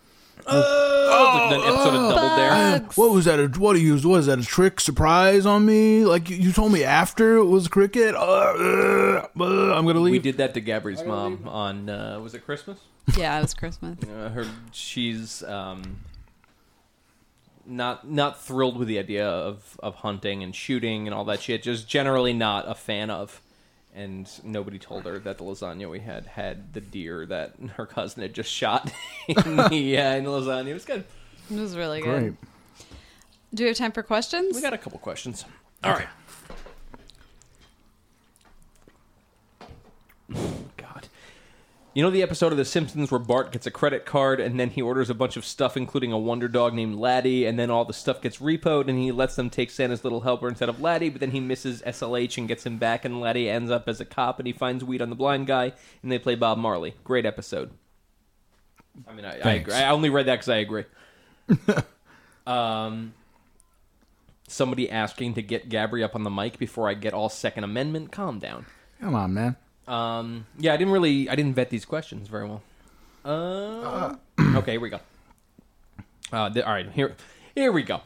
Oh, it's like an episode of Double Dare. Bugs. What was that? A, what do you? What was that? A trick surprise on me? Like you, you told me after it was cricket. Uh, uh, uh, I'm gonna leave. We did that to Gabri's mom on uh, was it Christmas? Yeah, it was Christmas. Uh, her she's um, not not thrilled with the idea of of hunting and shooting and all that shit. Just generally not a fan of. And nobody told her that the lasagna we had had the deer that her cousin had just shot in the, uh, in the lasagna. It was good. It was really good. Great. Do we have time for questions? We got a couple questions. All right. God. You know the episode of The Simpsons where Bart gets a credit card and then he orders a bunch of stuff, including a wonder dog named Laddie, and then all the stuff gets repoed and he lets them take Santa's little helper instead of Laddie, but then he misses SLH and gets him back, and Laddie ends up as a cop and he finds weed on the blind guy, and they play Bob Marley. Great episode. I mean, I, I, Thanks. agree. I only read that because I agree. Um, somebody asking to get Gabri up on the mic before I get all Second Amendment. Calm down. Come on, man. Um, yeah, I didn't really, I didn't vet these questions very well. Uh, okay, here we go. Uh, th- all right, here, here we go.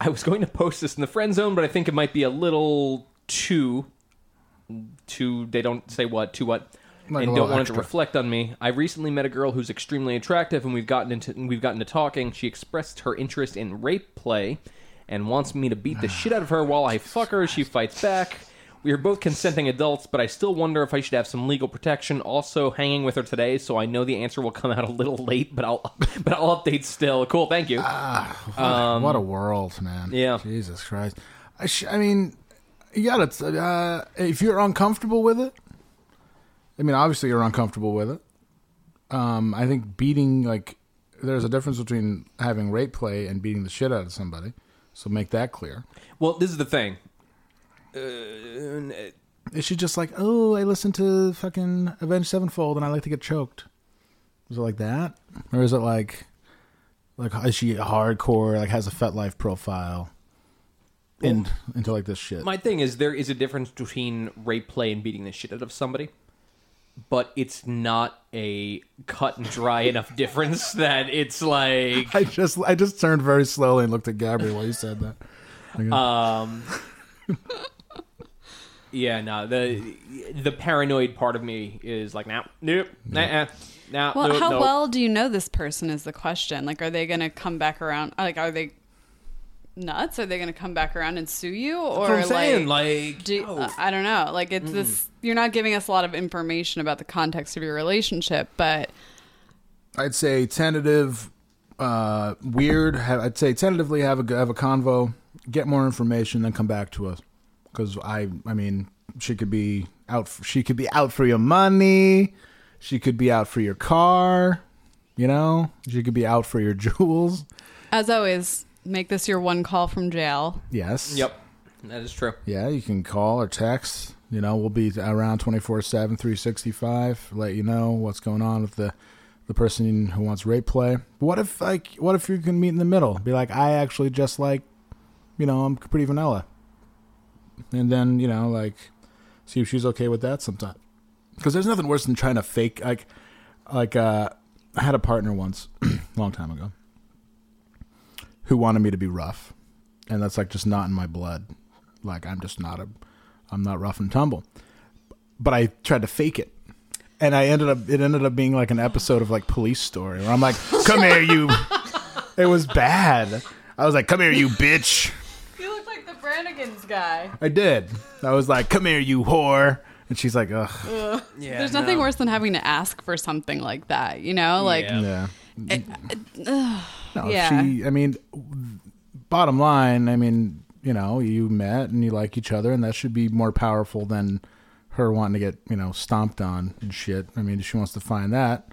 I was going to post this in the friend zone, but I think it might be a little too, too. They don't say what to what, Like a and little don't want it extra. to reflect on me. I recently met a girl who's extremely attractive, and we've gotten into we've gotten to talking. She expressed her interest in rape play, and wants me to beat the shit out of her while I fuck her. She fights back. We are both consenting adults, but I still wonder if I should have some legal protection. Also, hanging with her today, so I know the answer will come out a little late, but I'll but I'll update still. Cool, thank you. Uh, what a world, man. Um, yeah. Jesus Christ. I, sh- I mean, you gotta. Uh, if you're uncomfortable with it, I mean, obviously you're uncomfortable with it. Um, I think beating like there's a difference between having rape play and beating the shit out of somebody. So make that clear. well, this is the thing. Uh, Is she just like, oh, I listen to fucking Avenged Sevenfold and I like to get choked? Is it like that, or is it like, like is she hardcore? Like has a fet life profile, and into like this shit. My thing is there is a difference between rape play and beating the shit out of somebody, but it's not a cut and dry enough difference that it's like I just I just turned very slowly and looked at Gabriel while you said that. Like, Yeah, no the the paranoid part of me is like, nah, nope, nah, nah, Well, nope, how nope. well do you know this person is the question. Like, are they going to come back around? Like, are they nuts? Are they going to come back around and sue you? Or That's what I'm saying, like, like, oh, do, no. uh, I don't know. Like, it's this. You're not giving us a lot of information about the context of your relationship, but I'd say tentative, uh, weird. ha I'd say tentatively have a have a convo, get more information, then come back to us. Because I I mean she could be out. f- She could be out for your money. She could be out for your car. You know, she could be out for your jewels. as always, make this your one call from jail. Yes. Yep, that is true. Yeah, you can call or text. You know, we'll be around 24 7, 365, let you know what's going on with the, the person who wants rape play. What if, like, what if you can meet in the middle? Be like, I actually just like, you know, I'm pretty vanilla. And then, you know, like, see if she's okay with that sometime. Because there's nothing worse than trying to fake, like, like, uh, I had a partner once, long time ago, who wanted me to be rough. And that's, like, just not in my blood like I'm just not a I'm not rough and tumble. But I tried to fake it. And I ended up it ended up being like an episode of like police story where I'm like, Come here you It was bad. I was like, Come here you bitch. You look like the Brannigans guy. I did. I was like, Come here you whore and she's like, Ugh Yeah, There's nothing worse than having to ask for something like that, you know? Like, Yeah. Yeah. Eh, no, yeah. she. I mean, bottom line. I mean, you know, you met and you like each other, and that should be more powerful than her wanting to get you know stomped on and shit. I mean, if she wants to find that.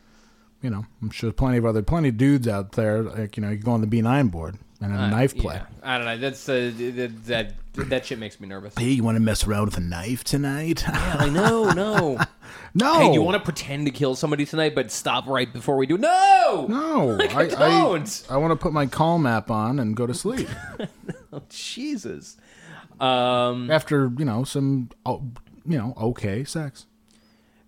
You know, I'm sure plenty of other plenty of dudes out there. Like you know, you go on the B9 board. and a knife play. Uh, Yeah. I don't know. That's uh, that, that that shit makes me nervous. Hey, you want to mess around with a knife tonight? I know, no. no. Hey, you want to pretend to kill somebody tonight, but stop right before we do? No, No, Like, I, I, don't. I, want to put my calm app on and go to sleep Jesus. Um, after you know some oh, you know okay sex.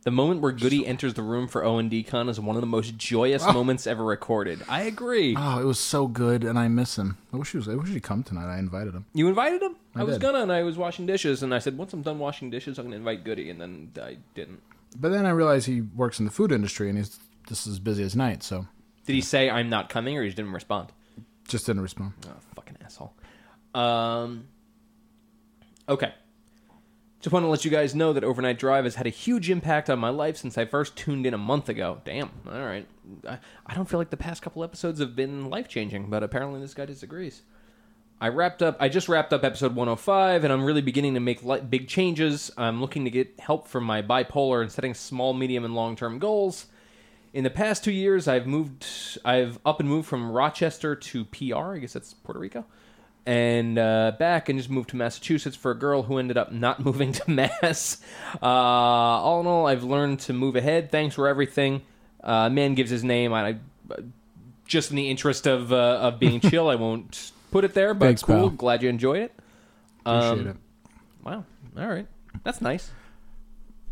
the moment where Goody enters the room for Owen Decon is one of the most joyous moments ever recorded. I agree. Oh, it was so good, and I miss him. I wish he was. I wish he'd come tonight. I invited him. You invited him? I, I was did. gonna, and I was washing dishes, and I said, once I'm done washing dishes, I'm gonna invite Goody, and then I didn't. But then I realized he works in the food industry, and he's just as busy as night. So Did he say I'm not coming, or he just didn't respond? just didn't respond. Oh, fucking asshole. Um, okay. Just want to let you guys know that Overnight Drive has had a huge impact on my life since I first tuned in a month ago. Damn. All right. I, I don't feel like the past couple episodes have been life changing, but apparently this guy disagrees. I wrapped up. I just wrapped up episode 105, and I'm really beginning to make li- big changes. I'm looking to get help from my bipolar and setting small, medium, and long-term goals. In the past two years, I've moved. I've up and moved from Rochester to PR. I guess that's Puerto Rico, and uh, back, and just moved to Massachusetts for a girl who ended up not moving to Mass. Uh, all in all, I've learned to move ahead. Thanks for everything. Uh, man gives his name. I, I just in the interest of uh, of being chill, I won't put it there. But Thanks, cool. pal. Glad you enjoyed it. Appreciate Um, it. Wow. All right. That's nice.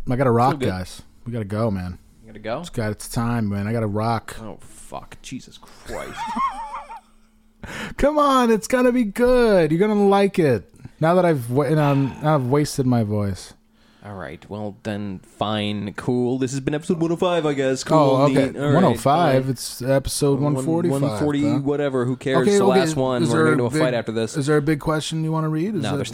I got to rock, good. guys. We got to go, man. You gotta go. God, it's time, man. I got to rock. Oh fuck! Jesus Christ. Come on, it's gonna be good. You're gonna like it. Now that I've wa- and I'm, now I've wasted my voice. All right. Well, then, fine, cool. This has been episode 105, I guess. Cool. Oh, okay. neat. All right, 105. all right. It's episode 145. 140, huh? whatever. Who cares? It's the last one. is We're there going to a big- fight after this. Is there a big question you want to read? Is no, it- there's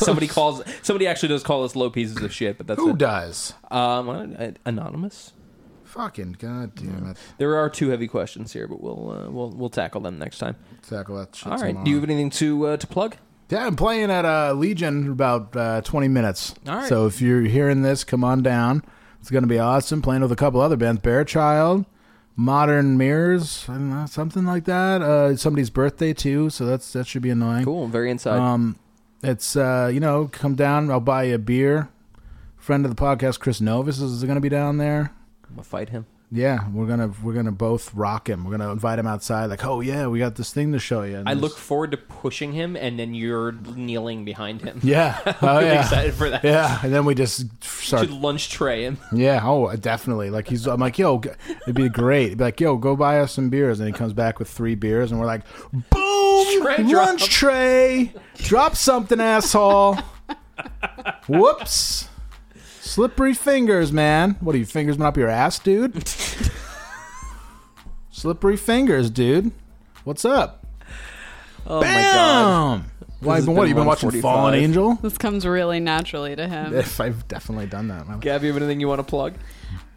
somebody calls. Somebody actually does call us low pieces of shit, but that's Who it. does? Um, uh, anonymous. Fucking goddamn it! There are two heavy questions here, but we'll uh, we'll we'll tackle them next time. Tackle that shit. All right. tomorrow. Do you have anything to uh, to plug? Yeah, I'm playing at uh, Legion in about uh, 20 minutes. All right. So if you're hearing this, come on down. It's going to be awesome. Playing with a couple other bands, Bearchild, Modern Mirrors, I don't know, something like that. Uh, somebody's birthday too, so that's that should be annoying. Cool. Very inside. Um, it's uh, you know, come down. I'll buy you a beer. Friend of the podcast, Chris Novus is going to be down there. I'm gonna fight him. Yeah, we're gonna we're gonna both rock him. We're gonna invite him outside. Like, oh yeah, we got this thing to show you. And I just- look forward to pushing him, and then you're kneeling behind him. Yeah. Oh I'm yeah. excited for that. Yeah, and then we just start. Should lunch tray him. Yeah, oh, definitely. Like he's, I'm like, yo, g- it'd be great. He'd be like, yo, go buy us some beers, and he comes back with three beers, and we're like, boom, Tray drop. lunch tray, drop something, asshole. Whoops, slippery fingers, man. What are you fingers been up your ass, dude? slippery fingers, dude. What's up? Oh my god. Bam. Why, has what have been you been watching? 145. Fallen Angel. This comes really naturally to him. If I've definitely done that. man. Gab, you have anything you want to plug?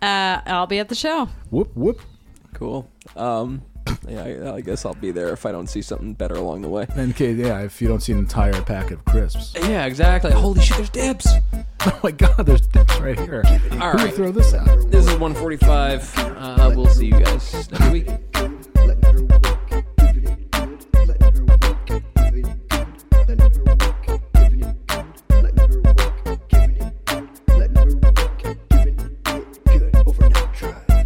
Uh, I'll be at the show. Whoop whoop. Cool. Um, yeah, I, I guess I'll be there if I don't see something better along the way. And kid, yeah, if you don't see an entire packet of crisps. Yeah, exactly. Holy shit, there's dibs. Oh my god, there's dips right here. All Let me right. throw this out. This is 145. Uh, we'll see you guys next week. Let her work, giving it good. Let her work, giving it good. Let her work, giving it good. Let her work, giving it good. Let her work, giving it good. Overnight drive.